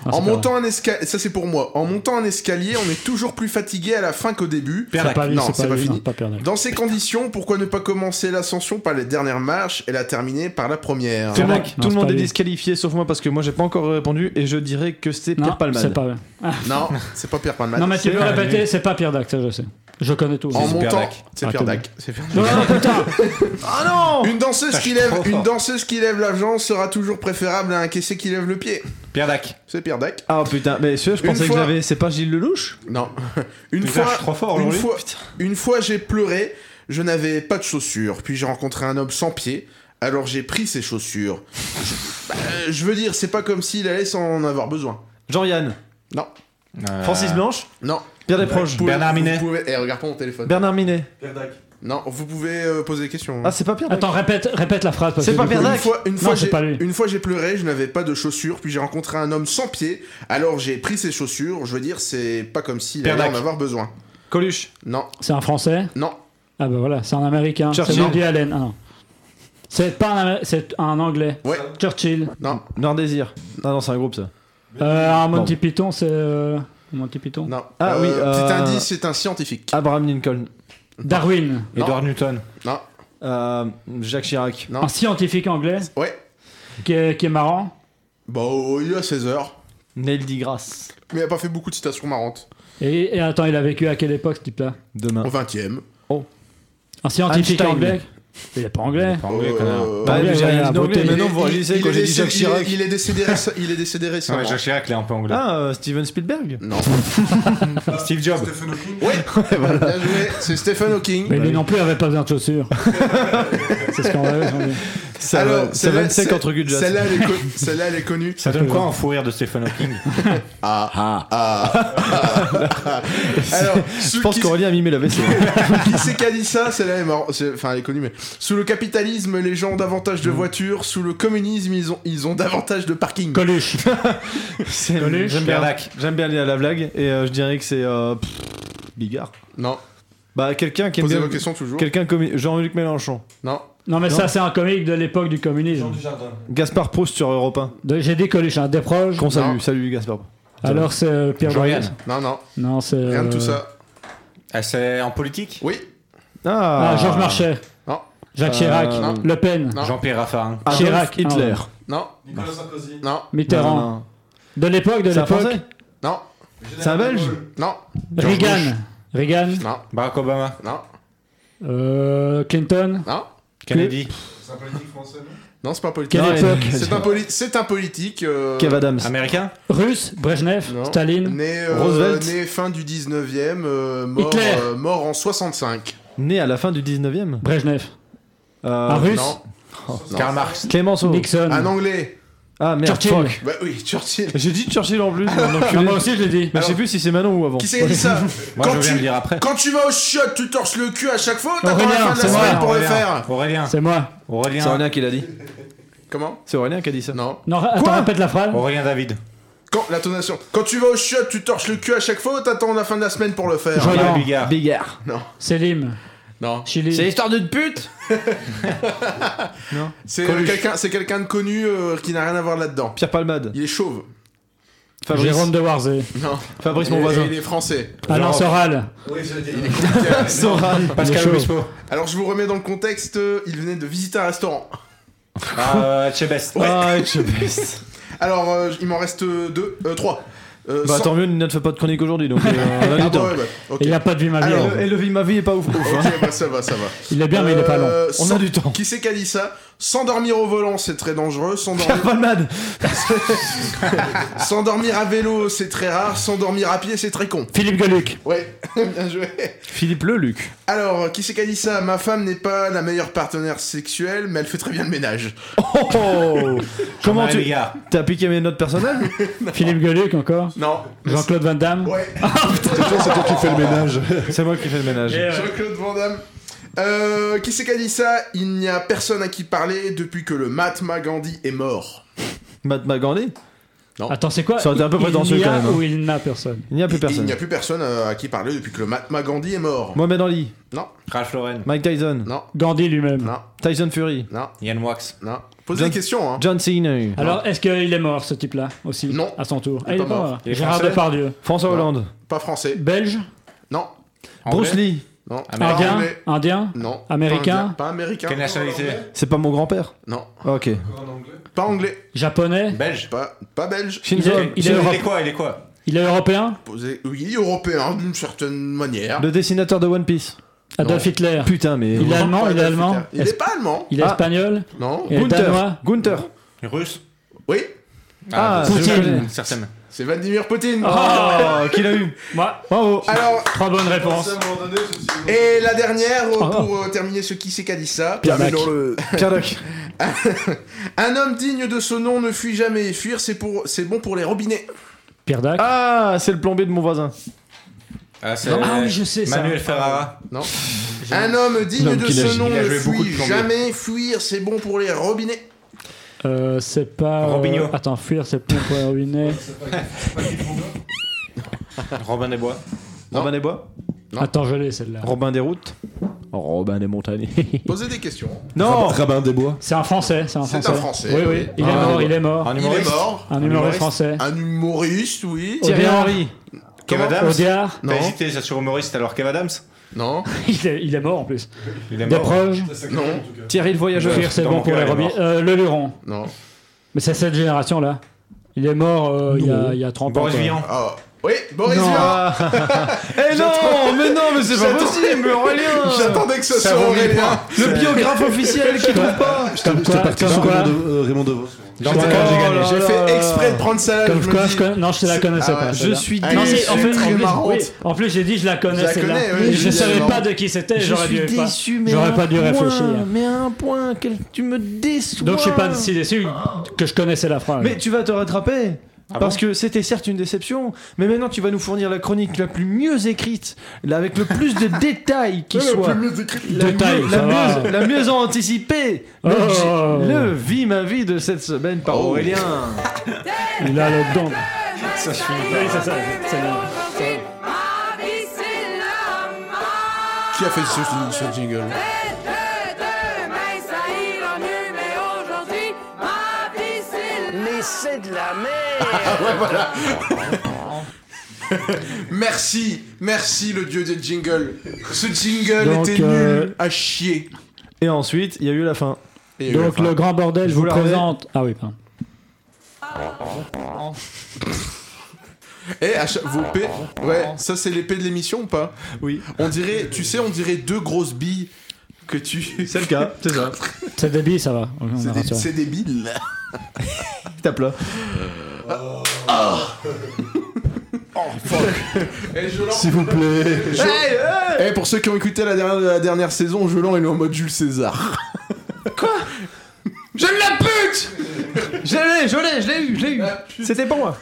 Non, c'est
en
pas
montant un escalier, ça c'est pour moi. En montant un escalier, on est toujours plus fatigué à la fin qu'au début.
C'est pas lui,
non,
c'est pas lui, non,
fini.
pas Pierre Dac.
Dans ces conditions, pourquoi ne pas commencer l'ascension par les dernières marches et la terminer par la première
Tout le monde,
Pierre Dac.
tout le
Non,
monde
c'est
est
pas lui.
disqualifié sauf moi parce que moi j'ai pas encore répondu et je dirais que c'est Pierre
Non,
Palman.
c'est pas vrai.
Non, c'est pas Pierre Palman.
Non, mais tu
c'est
peux
pas
répéter, c'est pas Pierre Dac, ça je sais. Je connais tout.
en
Non,
Pierre
montant,
Dac.
c'est
Ah,
Pierre
t'es
Dac. c'est Pierre Dac.
non, non, putain
Ah non
Une danseuse qui lève, une danseuse qui lève la jambe sera toujours préférable à un caissier qui lève le pied.
Pierdac.
C'est Pierre Dac.
Ah putain, mais celui je
Une
pensais que
fois-
j'avais. C'est pas Gilles Lelouch
Non. Une
Putain,
fois,
je suis trop fort
une
aujourd'hui.
fois,
Putain.
une fois, j'ai pleuré. Je n'avais pas de chaussures. Puis j'ai rencontré un homme sans pied. Alors j'ai pris ses chaussures. Je, bah, euh, je veux dire, c'est pas comme s'il allait s'en avoir besoin.
Jean-Yann.
Non,
Euh,
Francis Blanche.
non.
Pierre Desproges.
Vous pouvez-
Ah. Bernard
vous
Minet.
pouvez- eh, regarde pas mon téléphone.
Bernard Minet.
Non, vous pouvez euh, poser des questions.
Ah, c'est pas Pierre Dac.
Attends, répète, répète la phrase. parce
C'est
que
pas
du coup-
Pierre
une
Dac.
fois, une fois,
c'est
j'ai-
pas lui.
une fois, j'ai pleuré, je n'avais pas de chaussures, puis j'ai rencontré un homme sans pied, alors j'ai pris ses chaussures, je veux dire, c'est pas comme s'il allait
Pernac.
en avoir besoin.
Coluche.
Non,
C'est un français
non,
Ah bah voilà, c'est un américain. C'est
Churchill.
Woody Allen. Ah non. C'est pas un Amé- c'est un anglais.
ouais,
Churchill.
non,
Nord-Désir. Ah non, c'est un groupe ça.
Euh, un Monty
Bon.
Python, c'est. euh, Monty Python
non.
Ah oui,
Petit
euh,
indice, c'est un scientifique.
Abraham Lincoln.
Darwin.
Edouard Newton.
Non,
Euh, Jacques Chirac.
Non.
Un scientifique anglais
ouais.
qui est, qui est marrant.
Bon, il est à 16 heures,
Neil deGrasse.
mais il a pas fait beaucoup de citations marrantes.
Et, et attends, il a vécu à quelle époque ce type-là
Demain.
Au 20 e
Un scientifique
Einstein.
anglais Il est pas anglais.
Euh,
Bah,
oui,
j'ai
oui,
rien
oui,
dit d'anglais.
voter.
Maintenant, vous réagissez quand j'ai dit Jacques Chirac.
il est décédé réce- il est décédé récemment.
Jacques Chirac, il est un peu anglais.
Ah, euh, Steven Spielberg.
Non.
Steve Jobs.
Bien joué, c'est Stephen Hawking.
Mais lui non plus avait pas besoin de chaussures. c'est scandaleux. j'en ai.
Ça
Alors,
va- ça
celle-là-
va être sec
celle-
entre Gudjas.
Celle-là, elle est con- celle-là, elle est connue.
Ça donne quoi en fou rire de Stephen Hawking
Ah. Alors,
Je pense qu'Aurélien a mimé la vaisselle.
Qui c'est qui a dit ça Celle-là est marrant. C'est- Enfin, elle est connue, mais. Sous le capitalisme, les gens ont davantage de
Mm.
voitures. Sous le communisme, ils ont, ils ont davantage de parking.
Coluche.
C'est-
Coluche.
J'aime bien,
Bernac.
j'aime bien la la blague et euh, je dirais que c'est euh, pff, Bigard.
Non.
Bah, quelqu'un qui aime
Posez
bien.
vos questions toujours.
Quelqu'un comme Jean-Luc Mélenchon.
Non.
Non mais
Non.
ça c'est un comique de l'époque du communisme.
Gaspard Proust sur Europe 1.
De- J'ai dit Coluche, hein, des proches.
Qu'on salue,
Non.
salut Gaspard.
Alors c'est euh, Pierre
Jean-Yann.
Dac.
Non, non.
Non c'est.
Rien de
euh,
tout ça.
Ah, C'est en politique
Oui.
Ah, Georges Marchais.
Non.
Jacques
Euh,
Chirac.
non.
Le Pen.
Non.
Jean-Pierre Raffarin.
Adolf
Chirac.
Hitler.
Ah,
Non.
Nicolas Sarkozy.
Non.
Mitterrand.
Non, non, non.
De l'époque, de
C'est un
l'époque.
Français
Non.
C'est un Belge
Non.
George
Reagan. Reagan.
Non.
Barack Obama.
Non.
Euh, Clinton.
Non.
Kennedy.
Non, c'est pas politique.
Quelle
Non,
époque
mais-
C'est un, poli- c'est un politique. euh,
Kev Adams.
Américain
Russe, Brejnev,
non.
Staline,
Né, euh,
Roosevelt.
né fin du 19e, euh, mort,
Hitler.
euh, mort en 65.
Né à la fin du 19e.
Brejnev.
Euh,
Un russe,
Non. Non.
Karl Marx.
Clémenceau.
Nixon,
Un anglais.
Ah merde.
Churchill.
fuck.
Bah oui, Churchill.
J'ai dit Churchill en plus. mon enculé.
Ah, moi aussi je l'ai dit.
Mais je sais plus si c'est Manon ou avant.
Qui c'est qui dit ça
Moi,
Quand
je viens
tu-
de dire après.
Quand tu vas au shot, tu torches le cul à chaque fois, t'attends la
Aurélien,
fin de la
c'est vrai,
semaine pour le
Aurélien.
faire.
Aurélien.
C'est moi.
C'est
Aurélien.
Aurélien qui l'a dit.
Comment
C'est Aurélien qui a dit ça.
Non.
Non, attends, répète la phrase.
Oh.
Aurélien David.
Quand, la tonation. Quand tu vas au shot, tu torches le cul à chaque fois, t'attends la fin de la semaine pour le faire.
Jean-
Jean-Pierre
Aurélien.
Bigard.
Bigard.
Selim,
Non.
Chili.
l'histoire d'une pute
C'est euh,
Coluche.
quelqu'un c'est quelqu'un de connu euh, qui n'a rien à voir là-dedans.
Pierre Palmade.
Il est chauve.
Fabrice.
Jérôme de Warzé.
Non.
Fabrice, mon
Il est-
voisin.
Il est français.
Alain Soral.
Soral.
Il est
Pascal
chaud.
Obispo.
Alors je vous remets dans le contexte, euh, il venait de visiter un restaurant.
Ah, euh, Chebest.
Ah, je baisse.
Alors euh, il m'en reste euh, deux, euh, trois. Euh,
Bah
sans-
tant mieux, ne fait pas de chronique aujourd'hui donc euh, on a du
Ah,
temps.
ouais, bah, ok.
Il n'a pas de vie ma vie.
Alors,
hein.
Et le vie ma vie est pas ouf. ouf, hein.
Ok, bah, ça va, ça va.
Il est bien, mais il est pas long.
Euh,
On a
sans-
du temps.
Qui c'est qui a dit ça S'endormir au volant, c'est très dangereux.
Pierre
S'endormir
Palmade.
s'endormir à vélo, c'est très rare. S'endormir à pied, c'est très con.
Philippe Geluc.
Ouais, bien joué.
Philippe Leluc.
Alors, qui c'est qui a dit ça Ma femme n'est pas la meilleure partenaire sexuelle, mais elle fait très bien le ménage.
Oh Comment
Jean-Marie
tu.
Bigard.
T'as piqué mes notes personnelles
Philippe Geluc encore.
Non.
Jean-Claude Van Damme.
Ouais,
C'est toi qui fais le ménage.
C'est moi qui fais le ménage.
Eh
Jean-Claude Van Damme. Euh, qui c'est qui a dit ça Il n'y a personne à qui parler depuis que le Mahatma Gandhi est mort.
Mahatma Gandhi
Attends, c'est quoi
Ça aurait été un peu
Il-
prétentieux,
Il y a
quand même, hein.
ou il n'a personne.
Il n'y a plus
Il- Il n'y
personne.
a plus personne euh, à qui parler depuis que le Mahatma Gandhi est mort.
Mohamed Ali,
Non,
Ralph Lauren.
Mike Tyson,
non,
Gandhi lui-même.
non,
Tyson Fury,
non,
Yann Wax.
non. Pose
John-
des questions, hein.
John Cena,
Alors, est-ce qu'il est mort ce type-là aussi
Non.
À son tour. Ah,
Il
il
est
est
pas
pas
mort.
mort.
Il est
Gérard
français
Depardieu.
François
Non.
Hollande,
Pas français.
Belge.
Non,
Bruce
Anglais.
Lee,
non.
Américain.
Pas
Indien.
anglais.
Indien.
Non.
Américain.
Pas indien, Pas américain.
Quelle nationalité
c'est pas mon grand-père
Non.
Ok.
Pas anglais.
Japonais.
Belge.
Pas, pas belge.
Shinzo,
Il est- il est
Shinzo-
Il
Europe.
est quoi Il est quoi
Il est européen.
Posez- Oui, européen d'une certaine manière.
le dessinateur de One Piece.
Adolf Hitler.
Putain, mais.
Il est
Non,
allemand.
pas
Il est
Adolf
allemand.
Hitler. Il
Est-ce-
est pas allemand.
Il est
Ah.
espagnol.
Non.
Il est danois.
Gunther, Gunther.
Russe.
Oui,
Ah,
je-
Poutine.
Certainement.
c'est Vladimir Poutine.
Oh, qui l'a eu
Moi.
Bravo
Alors,
Trois bonnes réponses.
et la dernière euh,
Ah.
pour euh, terminer ce qui c'est qu'a dit ça.
Pierre Dac.
Pierre Dac.
Un homme digne de ce nom ne fuit jamais et fuir, c'est pour, c'est bon pour les robinets.
Pierre Dac.
Ah, c'est le plombier de mon voisin.
Ah, c'est-
Ah oui, je sais ça.
Manuel Ferrara.
Un homme digne
L'homme
de
qui
ce
nage.
nom
Il a
ne
joué beaucoup
fuit
de plombiers.
jamais, fuir, c'est bon pour les robinets.
Euh, c'est pas. euh,
Robinho.
Attends, fuir, c'est pas pour ruiner.
Robin des Bois.
Non.
Robin des Bois
Non.
Attends, je l'ai celle-là.
Robin des Routes Robin des Montagnes.
Posez des questions.
non
Rabin des bois.
C'est un français. C'est un
C'est un Français,
français. Oui,
oui.
oui. Il est
Ah,
mort.
oui.
Il est mort.
Un
Il est
humoriste.
mort.
Un humoriste français.
Un humoriste, oui.
Oh.
Thierry
Audiard.
Henry
Kev Adams.
Audiard.
Non.
T'as hésité ça, sur humoriste alors Kev Adams
Non,
Il est, il est mort en plus.
Il est
Des
mort.
proches.
non,
Thierry le Voyageur.
Fuir, c'est
dans
bon
mon
pour
cœur,
les
il est
Robinets.
mort.
Euh, le Luron.
non.
Mais c'est cette génération là. Il est mort euh, il y a- il y a 30 ans.
Boris
quoi.
Vian.
Ah. Oui, Boris
Non.
Ah.
Vian.
Eh non, mais non, mais c'est pas
J'attends-
possible, Aurélien
J'attendais que ce
Ça
soit
vaut mille
Aurélien.
points.
Le biographe officiel qui trouve pas
Je t'ai
quoi,
parti
comme
sur
quoi.
Raymond De- euh, Raymond DeVos.
Dans
Je
mon
sais
cœur,
pas.
j'ai
Oh
gagné.
là
J'ai
là
fait
là
exprès
là.
de prendre ça là.
Comme
je
quoi,
me
je
dis,
connais- non, je te la
C'est-
connaissais
ah ouais.
pas.
Je
celle-là.
suis
Ah,
Non,
Elle
c'est-
est
en fait, en
très
plus,
marrante.
oui, en plus, j'ai dit je la connais
Je la
celle-là.
connais, oui,
Mais je
évidemment.
savais pas de qui c'était, j'aurais dû pas. J'aurais pas dû réfléchir.
mais un point, quel- tu me déçois.
Donc je suis pas si déçu que je connaissais la phrase.
Mais tu vas te rattraper.
Ah
Parce que c'était certes une déception, mais maintenant tu vas nous fournir la chronique la plus mieux écrite, là, avec le plus de détails qui soit, la,
Détails,
mieux,
ça
la,
va.
mieux, la mieux anticipée, le,
Oh.
le vie ma vie de cette semaine par Aurélien.
Il a le dedans.
Ça, je
Oui,
suis-
c'est ça. c'est bien.
Qui a fait ce, ce jingle
Mais c'est de la merde
Merci, merci le dieu des jingles. Ce jingle
Donc,
était
euh,
nul à chier.
Et ensuite, il y a eu la fin.
Et euh,
Donc
enfin,
le grand bordel, je
vous
vous
la remets.
présente. Ah oui, pardon.
eh, à chaque- vos P, ouais, ça c'est l'épée de l'émission ou pas
Oui.
On dirait, tu sais, on dirait deux grosses billes. que tu.
C'est le cas, c'est ça.
C'est débile, ça va. On est
C'est dé-
rassuré.
C'est débile.
Tape là.
S'il vous plaît.
Eh, pour ceux qui ont écouté la dernière, la dernière saison, Jolan il est en mode Jules César.
Je la pute Je l'ai, je l'ai, je l'ai eu, je l'ai eu.
Ah,
C'était pour moi.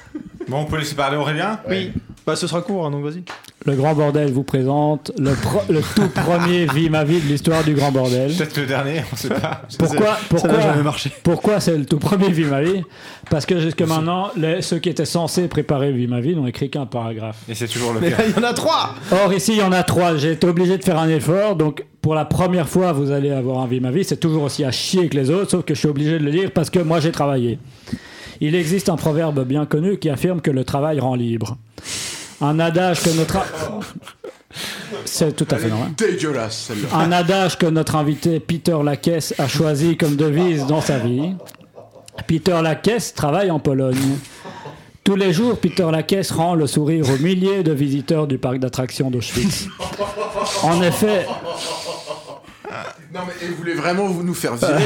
Bon, on peut laisser parler Aurélien
Oui. Bah, ce sera court, hein, donc vas-y.
Le Grand Bordel vous présente le, pro- le tout premier Vie ma vie de l'histoire du Grand Bordel.
Peut-être le dernier, on sait pas.
Pourquoi,
Ça n'a jamais
pourquoi,
marché.
pourquoi c'est le tout premier Vie ma vie Parce que jusque maintenant, les- ceux qui étaient censés préparer Vie ma vie n'ont écrit qu'un paragraphe.
Et c'est toujours le
Mais
cas.
là, il y en a trois
Or, ici, il y en a trois. J'ai été obligé de faire un effort. Donc, pour la première fois, vous allez avoir un Vie ma vie. C'est toujours aussi à chier que les autres, sauf que je suis obligé de le lire parce que moi, j'ai travaillé. Il existe un proverbe bien connu qui affirme que le travail rend libre. Un adage que notre. C'est tout à fait normal.
Dégueulasse celle-là.
un adage que notre invité Peter Lacaisse a choisi comme devise dans sa vie. Peter Lacaisse travaille en Pologne. Tous les jours, Peter Lacaisse rend le sourire aux milliers de visiteurs du parc d'attractions d'Auschwitz. En effet,
Non mais et vous voulez vraiment vous nous faire virer là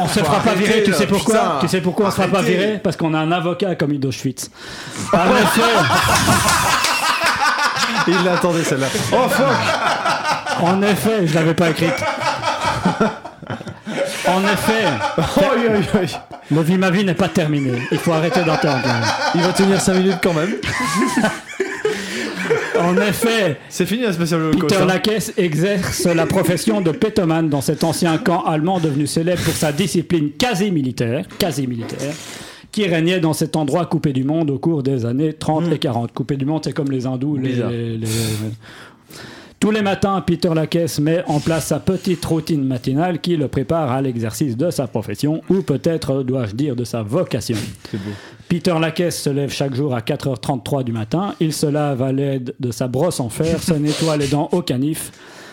on se fera pas
arrêtez,
virer, tu
là,
sais pourquoi
putain.
Tu sais pourquoi on se fera pas
Arrêtez.
virer Parce qu'on a un avocat commis d'Auschwitz. En effet,
Il l'attendait celle-là. Oh fuck
en effet, je l'avais pas écrite. En effet,
Aïe, aïe, aïe.
le vie ma vie n'est pas terminé. Il faut arrêter d'entendre.
Il va tenir 5 minutes quand même.
En effet,
C'est fini la spéciale Holocauste.
Peter
hein.
Lacaisse exerce la profession de pétoman dans cet ancien camp allemand devenu célèbre pour sa discipline quasi militaire, quasi militaire, qui régnait dans cet endroit coupé du monde au cours des années 30 et 40. Coupé du monde, c'est comme les hindous, les-
Bizarre.
les- les- Tous les matins, Peter Lacaisse met en place sa petite routine matinale qui le prépare à l'exercice de sa profession, ou peut-être, dois-je dire, de sa vocation. Peter Lacaisse se lève chaque jour à 4h33 du matin. Il se lave à l'aide de sa brosse en fer, se nettoie les dents au canif,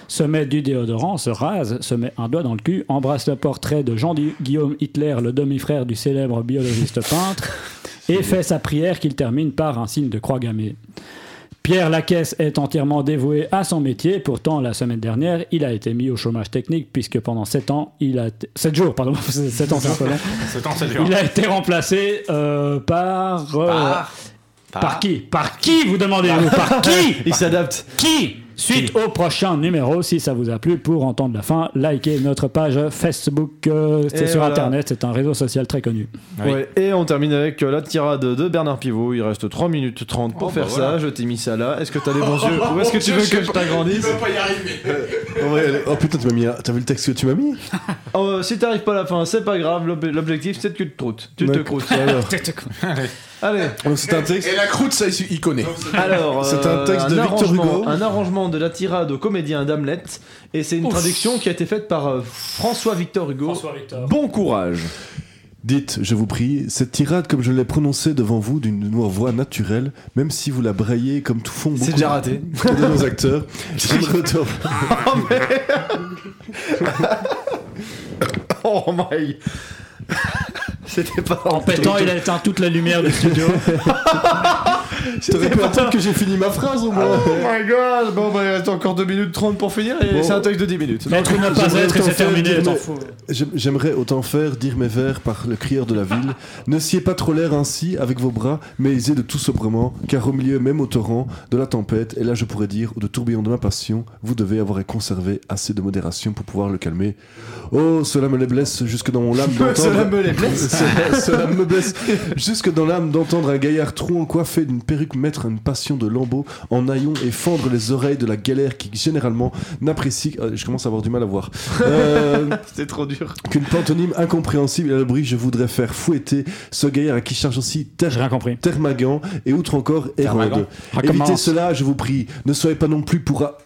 se met du déodorant, se rase, se met un doigt dans le cul, embrasse le portrait de Jean-Guillaume Hitler, le demi-frère du célèbre biologiste peintre, et fait sa prière qu'il termine par un signe de croix gammée. Pierre Lacaisse est entièrement dévoué à son métier. Pourtant, la semaine dernière, il a été mis au chômage technique puisque pendant 7 ans, il a 7 jours, pardon, 7 ans, c'est un peu long.
Ce temps, c'est dur.
Il a été remplacé euh, par, euh, par. qui Par qui vous demandez-vous Par qui
Il s'adapte.
Qui Suite au prochain numéro, si ça vous a plu, pour entendre la fin, likez notre page Facebook. euh, c'est
Et
sur
voilà.
Internet, c'est un réseau social très connu.
Oui.
Ouais, et on termine avec euh, la tirade de Bernard Pivot. Il reste 3 minutes 30 pour faire ça. Je t'ai mis ça là. Est-ce que t'as des bons yeux Ou est-ce que tu veux que Oh, bah je t'agrandisse
pas y arriver.
En vrai, elle est- Oh putain, tu m'as mis. un- T'as vu le texte que tu m'as mis
Oh, Si t'arrives pas à la fin, c'est pas grave. L'ob- L'objectif, c'est que tu te troutes. Tu te
Ouais.
croutes.
Alors,
Allez,
donc c'est un texte.
Et la croûte ça il connaît.
alors. euh,
C'est un texte de Victor
arrangement-
Hugo.
Un arrangement de la tirade au comédien d'Hamlet. Et c'est une traduction qui a été faite par euh, François Victor Hugo. Bon courage.
Dites, je vous prie, cette tirade comme je l'ai prononcée devant vous d'une voix naturelle, même si vous la braillez comme tout font beaucoup
C'est déjà raté.
de nos acteurs, j'aimerais autant-
Oh my. C'était pas.
En pétant, il a éteint toute la lumière du studio.
T'aurais pu attendre que j'ai fini ma phrase au moins.
Oh my god! Bon, bah, il reste encore 2 minutes 30 pour finir et
Bon.
c'est un texte de 10 minutes.
être ou ne pas
J'aimerais
être, et
autant
c'est
faire
terminé.
dire
t'en
mes-
fous.
J'aim- J'aimerais autant faire dire mes vers par le crieur de la ville. Ne sciez pas trop l'air ainsi avec vos bras, mais lisez de tout sobrement, car au milieu même au torrent, de la tempête, et là je pourrais dire, ou de tourbillon de ma passion, vous devez avoir conservé assez de modération pour pouvoir le calmer. Oh, cela me les blesse jusque dans mon lame d'entendre...
Cela me les blesse.
Cela- cela me blesse jusque dans l'âme d'entendre un gaillard trouan coiffé d'une perruque mettre une passion de lambeaux en haillons et fendre les oreilles de la galère qui généralement n'apprécie... Euh, Je commence à avoir du mal à voir. Euh,
C'était trop dur.
qu'une pantonyme incompréhensible et à le bruit je voudrais faire fouetter ce gaillard à qui charge aussi
J'ai
Ter-
rien compris.
Termagan et outre encore Hérode.
Termagan.
Évitez
Ah,
Recommence.
cela, je vous prie. Ne soyez pas non plus pour a-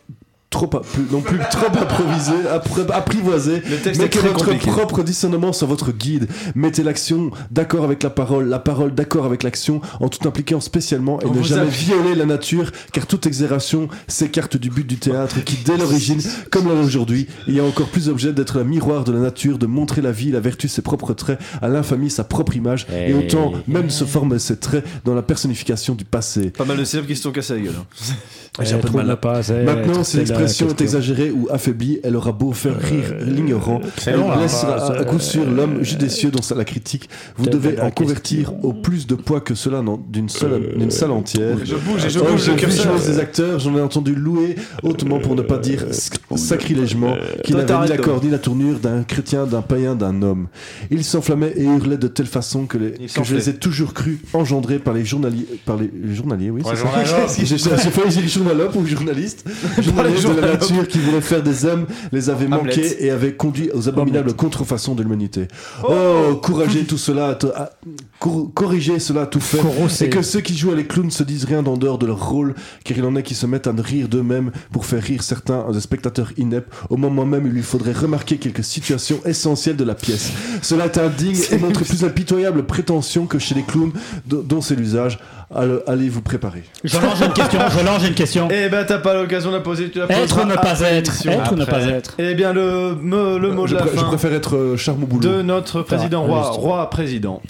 trop a- plus- non plus trop approvisé, appro- apprivoisé.
Le texte est
Mettez
très
votre
compliqué.
propre discernement sur votre guide. Mettez l'action d'accord avec la parole, la parole d'accord avec l'action, en tout impliquant spécialement et
On
ne
vous
jamais
appuie.
violer la nature, car toute exagération s'écarte du but du théâtre qui, dès l'origine, comme là aujourd'hui, il y a encore plus objet d'être un miroir de la nature, de montrer la vie, la vertu, ses propres traits, à l'infamie, sa propre image, et autant même se forment ses traits dans la personnification du passé.
Pas mal de célèbres qui se sont cassés la gueule. hein.
J'ai un peu de
Être ou
mal
ne
à-
pas être,
Maintenant, c'est
c'est la
expression
euh,
est exagérée ou affaiblie, elle aura beau
Euh,
faire rire l'ignorant,
c'est
elle
long,
hein,
là.
blessera à coup sûr
Euh,
l'homme judicieux dans sa- la critique. Vous devez
la
en convertir au plus de poids que cela n'en- d'une seule- d'une salle entière.
Euh, Je bouge et je
Oh,
bouge
j'ai
le
vu
curseur.
jouer des acteurs, j'en ai entendu louer hautement pour ne pas dire sc- sacrilègement
Euh,
qu'il
Toi,
n'avait ni
t'arrêtes,
l'accord ni la tournure d'un chrétien, d'un païen, d'un homme. Il s'enflammait et hurlait de telle façon que, les- que je
s'enflait.
les ai toujours crus engendrés par les journaliers, par les journaliers, oui,
Ouais,
c'est
journalopes.
ça. J'ai j'ai failli dire journalopes ou journalistes. Journalistes de la nature qui voulaient faire des hommes les avaient
Hamlet.
manqués et avaient conduit aux abominables contrefaçons de l'humanité. Oh, couragez tout cela, à to- à- cor- corrigez cela à tout fait.
Corrosé.
Et que ceux qui jouent à les clowns se disent rien d'en dehors de leur rôle, car il en est qui se mettent à rire d'eux-mêmes pour faire rire certains des spectateurs ineptes. Au moment même, il lui faudrait remarquer quelques situations essentielles de la pièce. Cela est indigne et montre plus impitoyable prétention que chez les clowns, do- dont c'est l'usage. Alors, Allez vous préparer.
Je lance une question, je lance une question.
Eh ben, t'as pas l'occasion de la poser, tu la
Être
poseras
ou ne pas
après
être
l'émission.
Être ou ne
Après.
pas être
Eh bien, le, me- le mot
je,
de la
pr- je
fin
préfère être euh, charme au boulot.
de notre président roi,
juste.
roi président.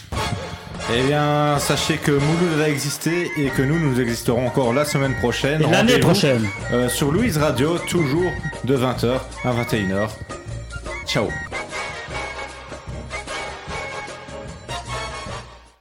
Eh bien, sachez que Mouloud a existé et que nous, nous existerons encore la semaine prochaine.
Et l'année
Rendez-vous,
prochaine
euh, sur Louise Radio, toujours de 20h à 21h. Ciao.